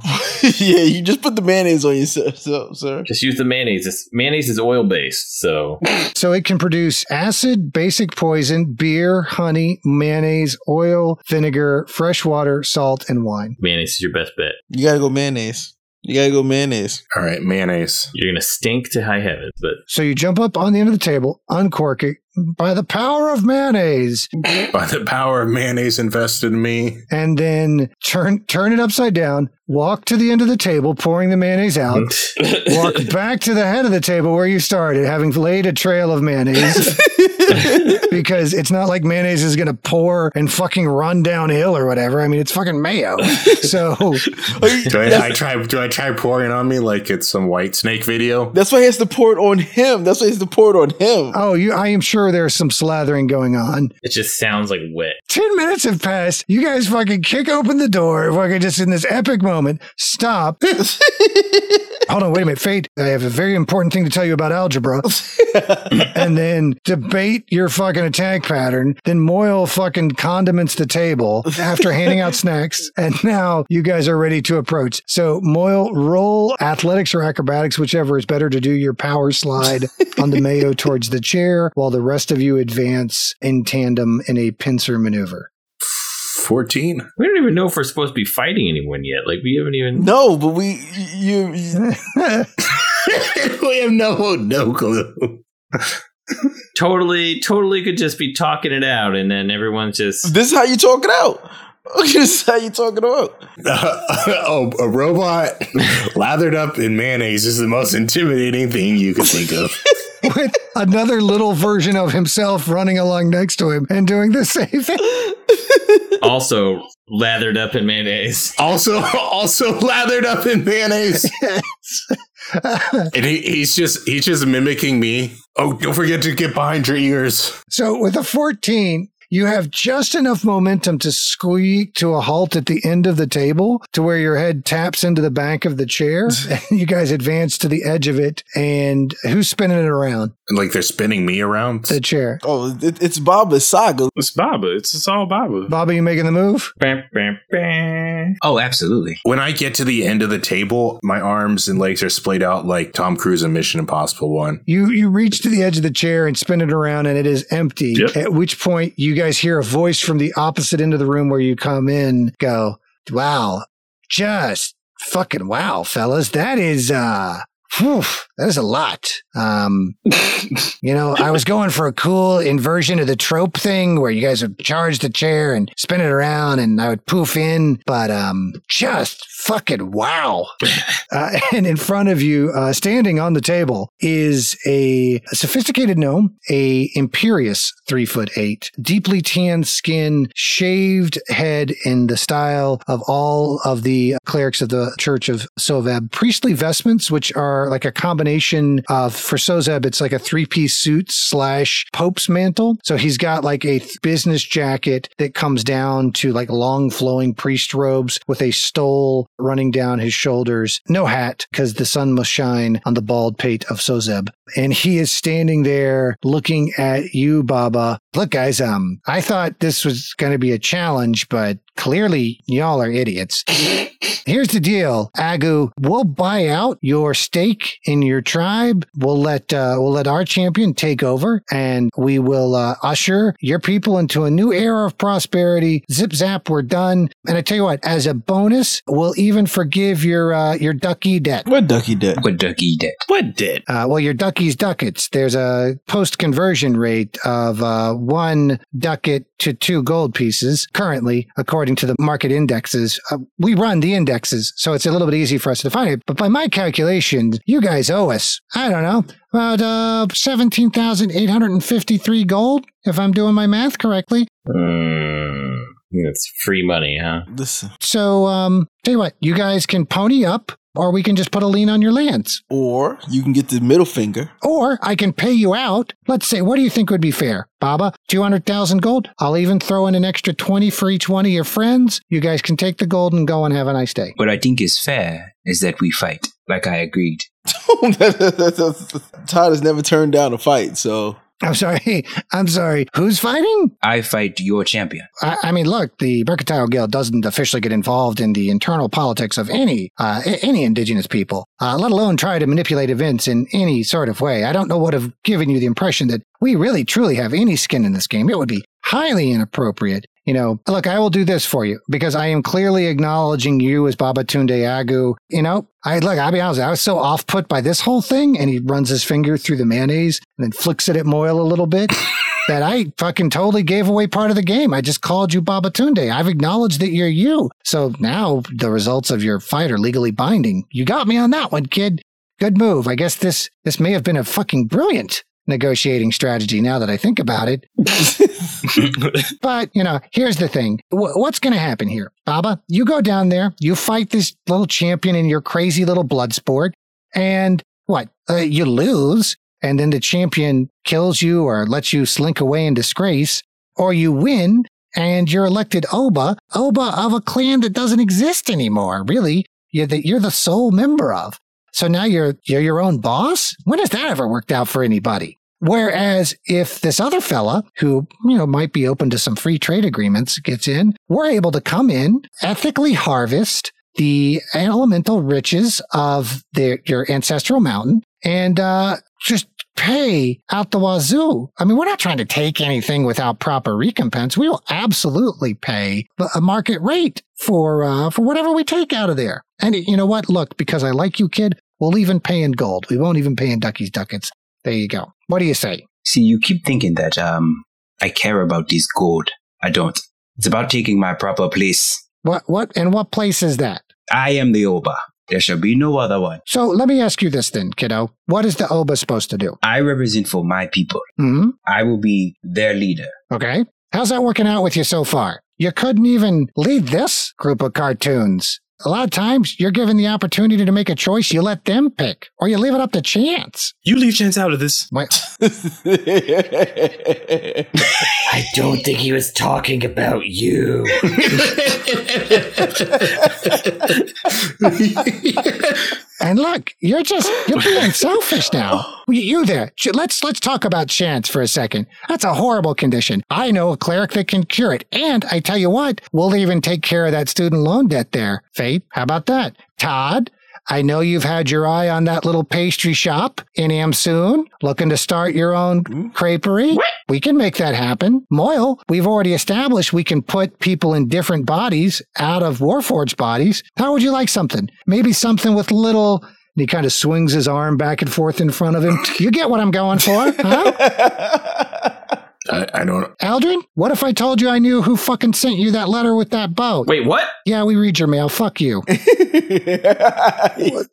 S7: yeah, you just put the mayonnaise on yourself, so, sir.
S18: Just use the mayonnaise. It's, mayonnaise is oil based, so
S3: So it can produce acid, basic poison, beer, honey, mayonnaise, oil, vinegar, fresh water, salt, and wine.
S18: mayonnaise is your best bet.
S7: You gotta go mayonnaise. You gotta go mayonnaise.
S5: All right, mayonnaise.
S18: You're gonna stink to high heaven, but
S3: So you jump up on the end of the table, uncork it by the power of mayonnaise,
S5: By the power of mayonnaise invested in me.
S3: and then turn turn it upside down. Walk to the end of the table, pouring the mayonnaise out. walk back to the head of the table where you started, having laid a trail of mayonnaise. because it's not like mayonnaise is going to pour and fucking run downhill or whatever. I mean, it's fucking mayo. So
S5: Do I, I try? Do I try pouring on me like it's some white snake video?
S7: That's why he has to pour it on him. That's why he has to pour it on him.
S3: Oh, you! I am sure there's some slathering going on.
S18: it just sounds like wet.
S3: Ten minutes have passed. You guys fucking kick open the door. Fucking just in this epic moment. Stop. Hold on. Wait a minute. Fate. I have a very important thing to tell you about algebra. and then debate your fucking attack pattern. Then Moyle fucking condiments the table after handing out snacks. And now you guys are ready to approach. So Moyle, roll athletics or acrobatics, whichever is better to do your power slide on the mayo towards the chair, while the rest of you advance in tandem in a pincer maneuver.
S5: 14.
S18: We don't even know if we're supposed to be fighting anyone yet. Like we haven't even
S7: No, but we you, you
S5: we have no no clue.
S18: totally totally could just be talking it out and then everyone's just
S7: this is how you talk it out. this is how you talk it out.
S5: oh, a robot lathered up in mayonnaise is the most intimidating thing you could think of.
S3: with another little version of himself running along next to him and doing the same thing.
S18: also lathered up in mayonnaise.
S5: Also, also lathered up in mayonnaise. and he, he's just he's just mimicking me. Oh, don't forget to get behind your ears.
S3: So with a 14, you have just enough momentum to squeak to a halt at the end of the table to where your head taps into the back of the chair. and you guys advance to the edge of it. And who's spinning it around?
S5: And like they're spinning me around.
S3: The chair.
S7: Oh, it, it's Baba's saga.
S1: It's Baba. It's, it's all Baba.
S3: Baba, you making the move?
S8: Oh, absolutely.
S5: When I get to the end of the table, my arms and legs are splayed out like Tom Cruise in Mission Impossible 1.
S3: You you reach to the edge of the chair and spin it around, and it is empty.
S5: Yep.
S3: At which point, you guys hear a voice from the opposite end of the room where you come in. Go, wow, just fucking wow, fellas, that is uh. Whew, that is a lot. Um, you know, I was going for a cool inversion of the trope thing where you guys would charge the chair and spin it around and I would poof in, but um, just fucking wow. Uh, and in front of you, uh, standing on the table, is a sophisticated gnome, a imperious three foot eight, deeply tanned skin, shaved head in the style of all of the clerics of the Church of Sovab, priestly vestments, which are like a combination of for Sozeb, it's like a three piece suit slash pope's mantle. So he's got like a th- business jacket that comes down to like long flowing priest robes with a stole running down his shoulders. No hat because the sun must shine on the bald pate of Sozeb. And he is standing there looking at you, Baba. Look, guys, um, I thought this was going to be a challenge, but clearly y'all are idiots. Here's the deal, Agu. We'll buy out your stake in your tribe. We'll let uh, we'll let our champion take over, and we will uh, usher your people into a new era of prosperity. Zip zap, we're done. And I tell you what, as a bonus, we'll even forgive your uh, your ducky debt.
S7: What ducky debt?
S8: What ducky debt?
S1: What debt?
S3: Uh, well, your ducky's ducats. There's a post conversion rate of uh, one ducat to two gold pieces currently, according to the market indexes. Uh, we run the indexes, so it's a little bit easy for us to define it. But by my calculations, you guys owe us, I don't know, about uh, 17,853 gold, if I'm doing my math correctly.
S8: Hmm.
S18: Mm, it's free money, huh?
S3: So, um, tell you what, you guys can pony up, or we can just put a lien on your lands.
S7: Or you can get the middle finger.
S3: Or I can pay you out. Let's say, what do you think would be fair? Baba, 200,000 gold. I'll even throw in an extra 20 for each one of your friends. You guys can take the gold and go and have a nice day.
S8: What I think is fair is that we fight, like I agreed.
S7: Todd has never turned down a fight, so
S3: I'm sorry. I'm sorry. Who's fighting?
S8: I fight your champion.
S3: I, I mean, look, the Mercantile Guild doesn't officially get involved in the internal politics of any uh, a- any indigenous people, uh, let alone try to manipulate events in any sort of way. I don't know what have given you the impression that we really truly have any skin in this game. It would be highly inappropriate. You know, look, I will do this for you because I am clearly acknowledging you as Baba Tunde Agu. You know, I look, I'll be honest, I was so off put by this whole thing. And he runs his finger through the mayonnaise and then flicks it at Moyle a little bit that I fucking totally gave away part of the game. I just called you Baba Tunde. I've acknowledged that you're you. So now the results of your fight are legally binding. You got me on that one, kid. Good move. I guess this this may have been a fucking brilliant negotiating strategy now that I think about it. but you know, here's the thing: Wh- what's going to happen here, Baba? You go down there, you fight this little champion in your crazy little blood sport, and what? Uh, you lose, and then the champion kills you or lets you slink away in disgrace, or you win and you're elected Oba, Oba of a clan that doesn't exist anymore. Really, you that you're the sole member of. So now you're you're your own boss. When has that ever worked out for anybody? Whereas if this other fella, who you know might be open to some free trade agreements, gets in, we're able to come in, ethically harvest the elemental riches of their, your ancestral mountain, and uh, just pay out the wazoo. I mean, we're not trying to take anything without proper recompense. We will absolutely pay a market rate for uh, for whatever we take out of there. And you know what? Look, because I like you, kid, we'll even pay in gold. We won't even pay in duckies ducats. There you go. What do you say?
S8: See, you keep thinking that um, I care about this gold. I don't. It's about taking my proper place.
S3: What what and what place is that?
S8: I am the Oba. There shall be no other one.
S3: So let me ask you this then, kiddo. What is the Oba supposed to do?
S8: I represent for my people.
S3: hmm
S8: I will be their leader.
S3: Okay. How's that working out with you so far? You couldn't even lead this group of cartoons. A lot of times you're given the opportunity to make a choice, you let them pick, or you leave it up to chance.
S1: You leave chance out of this.
S19: I don't think he was talking about you.
S3: And look, you're just you're being selfish now. You- You there? Ch- Let's let's talk about chance for a second. That's a horrible condition. I know a cleric that can cure it, and I tell you what, we'll even take care of that student loan debt there. Faith, how about that? Todd, I know you've had your eye on that little pastry shop in Amsoon, looking to start your own creperie. We can make that happen. Moyle, we've already established we can put people in different bodies out of Warforged bodies. How would you like something? Maybe something with little. And he kind of swings his arm back and forth in front of him. You get what I'm going for, huh?
S5: I, I don't.
S3: Aldrin, what if I told you I knew who fucking sent you that letter with that boat?
S18: Wait, what?
S3: Yeah, we read your mail. Fuck you. What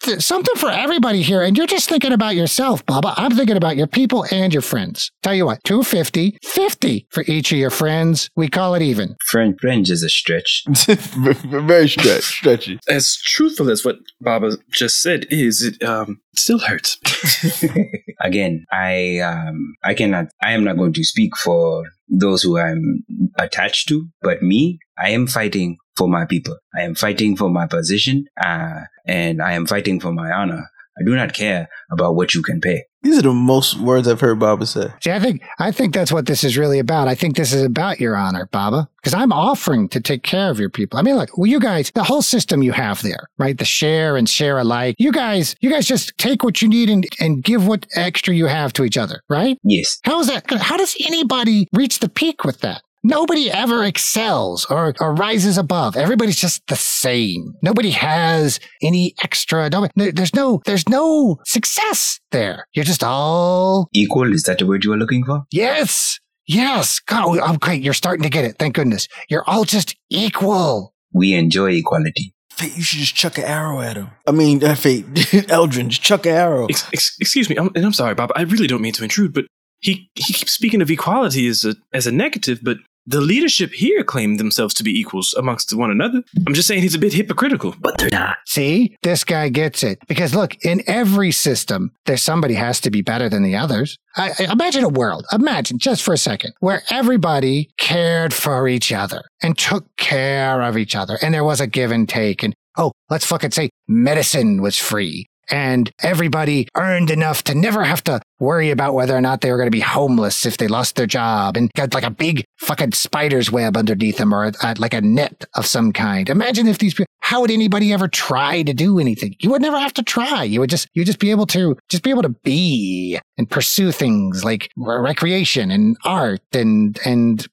S3: the- Something for everybody here, and you're just thinking about yourself, Baba. I'm thinking about your people and your friends. Tell you what, 250, 50 for each of your friends. We call it even.
S8: Friend, fringe is a stretch.
S7: very stretch, stretchy.
S1: As truthful as what Baba just said is, it um, still hurts.
S8: Again, I um, I cannot. I am not going to speak for those who I'm attached to, but me, I am fighting for my people. I am fighting for my position, uh, and I am fighting for my honor. I do not care about what you can pay.
S7: These are the most words I've heard Baba say.
S3: See, I think I think that's what this is really about. I think this is about your honor, Baba, because I'm offering to take care of your people. I mean, look, well, you guys, the whole system you have there, right? The share and share alike. You guys, you guys just take what you need and, and give what extra you have to each other, right?
S8: Yes.
S3: How is that? How does anybody reach the peak with that? Nobody ever excels or, or rises above. Everybody's just the same. Nobody has any extra. Nobody, there- there's no there's no success there. You're just all
S8: Equal is that the word you are looking for?
S3: Yes. Yes. God, I'm great. You're starting to get it. Thank goodness. You're all just equal.
S8: We enjoy equality.
S4: Fate, you should just chuck an arrow at him. I mean, uh, Fate, Eldrin, just chuck an arrow.
S1: Ex- ex- excuse me, I'm, and I'm sorry, Bob. I really don't mean to intrude, but he he keeps speaking of equality as a as a negative, but the leadership here claim themselves to be equals amongst one another. I'm just saying he's a bit hypocritical. But they're not.
S3: See, this guy gets it. Because look, in every system, there's somebody has to be better than the others. I, I- imagine a world, imagine just for a second, where everybody cared for each other and took care of each other. And there was a give and take. And oh, let's fucking say medicine was free. And everybody earned enough to never have to worry about whether or not they were going to be homeless if they lost their job and got like a big fucking spider's web underneath them or uh, like a net of some kind. Imagine if these people, how would anybody ever try to do anything? You would never have to try. You would just, you'd just be able to, just be able to be and pursue things like re- recreation and art and, and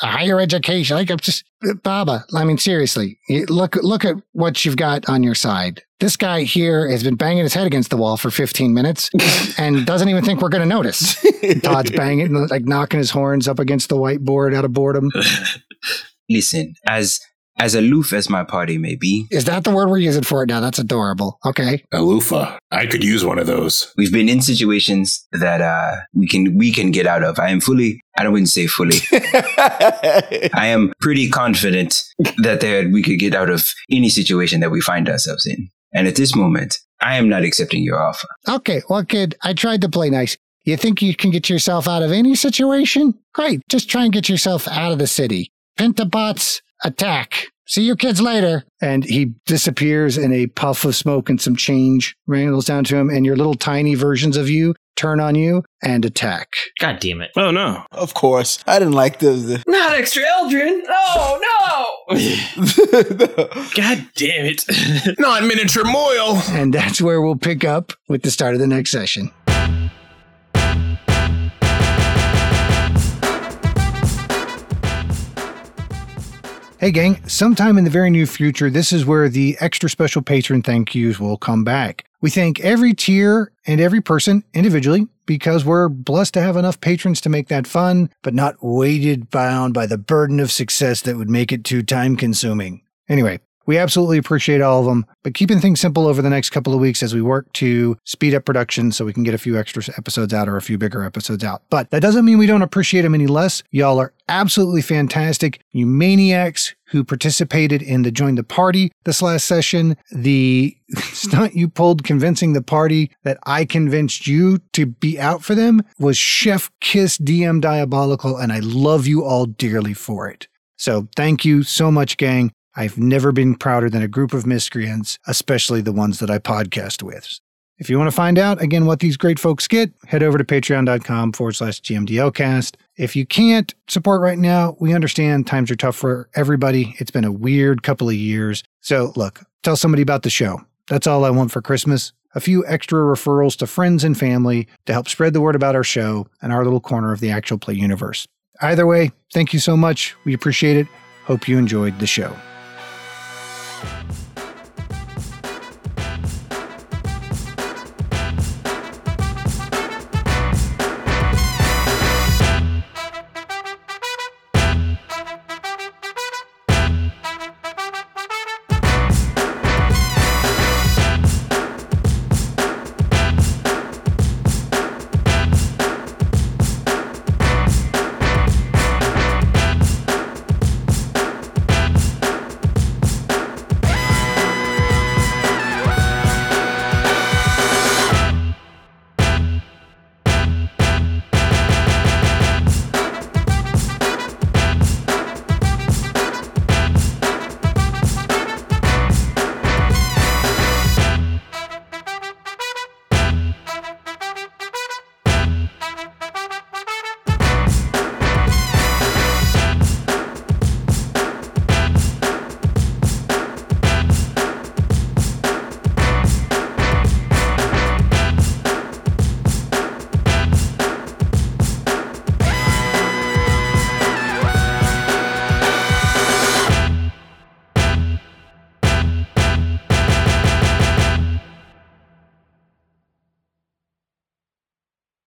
S3: higher education. Like I'm just, Baba, I mean, seriously, you- look, look at what you've got on your side. This guy here has been banging his head against the wall for 15 minutes and doesn't even think we're going to notice. Todd's banging, like knocking his horns up against the whiteboard out of boredom.
S8: Listen, as as aloof as my party may be,
S3: Is that the word we're using for it now? That's adorable. Okay.
S5: Alufa. I could use one of those.
S8: we've been in situations that uh, we can we can get out of. I am fully. I don't wouldn't say fully. I am pretty confident that there, we could get out of any situation that we find ourselves in. And at this moment, I am not accepting your offer.
S3: Okay. Well, kid, I tried to play nice. You think you can get yourself out of any situation? Great. Just try and get yourself out of the city. Pentabots attack. See you kids later. And he disappears in a puff of smoke and some change wrangles down to him, and your little tiny versions of you turn on you and attack.
S4: God damn it.
S1: Oh, no.
S4: Of course. I didn't like this.
S19: Not extra Eldrin. Oh, No, no.
S1: God damn it.
S5: Not miniature moil.
S3: And that's where we'll pick up with the start of the next session. Hey, gang, sometime in the very near future, this is where the extra special patron thank yous will come back. We thank every tier and every person individually because we're blessed to have enough patrons to make that fun, but not weighted bound by the burden of success that would make it too time consuming. Anyway, we absolutely appreciate all of them, but keeping things simple over the next couple of weeks as we work to speed up production so we can get a few extra episodes out or a few bigger episodes out. But that doesn't mean we don't appreciate them any less. Y'all are absolutely fantastic. You maniacs who participated in the Join the Party this last session, the stunt you pulled convincing the party that I convinced you to be out for them was Chef Kiss DM Diabolical, and I love you all dearly for it. So thank you so much, gang. I've never been prouder than a group of miscreants, especially the ones that I podcast with. If you want to find out again what these great folks get, head over to patreon.com forward slash GMDLcast. If you can't support right now, we understand times are tough for everybody. It's been a weird couple of years. So look, tell somebody about the show. That's all I want for Christmas. A few extra referrals to friends and family to help spread the word about our show and our little corner of the actual play universe. Either way, thank you so much. We appreciate it. Hope you enjoyed the show.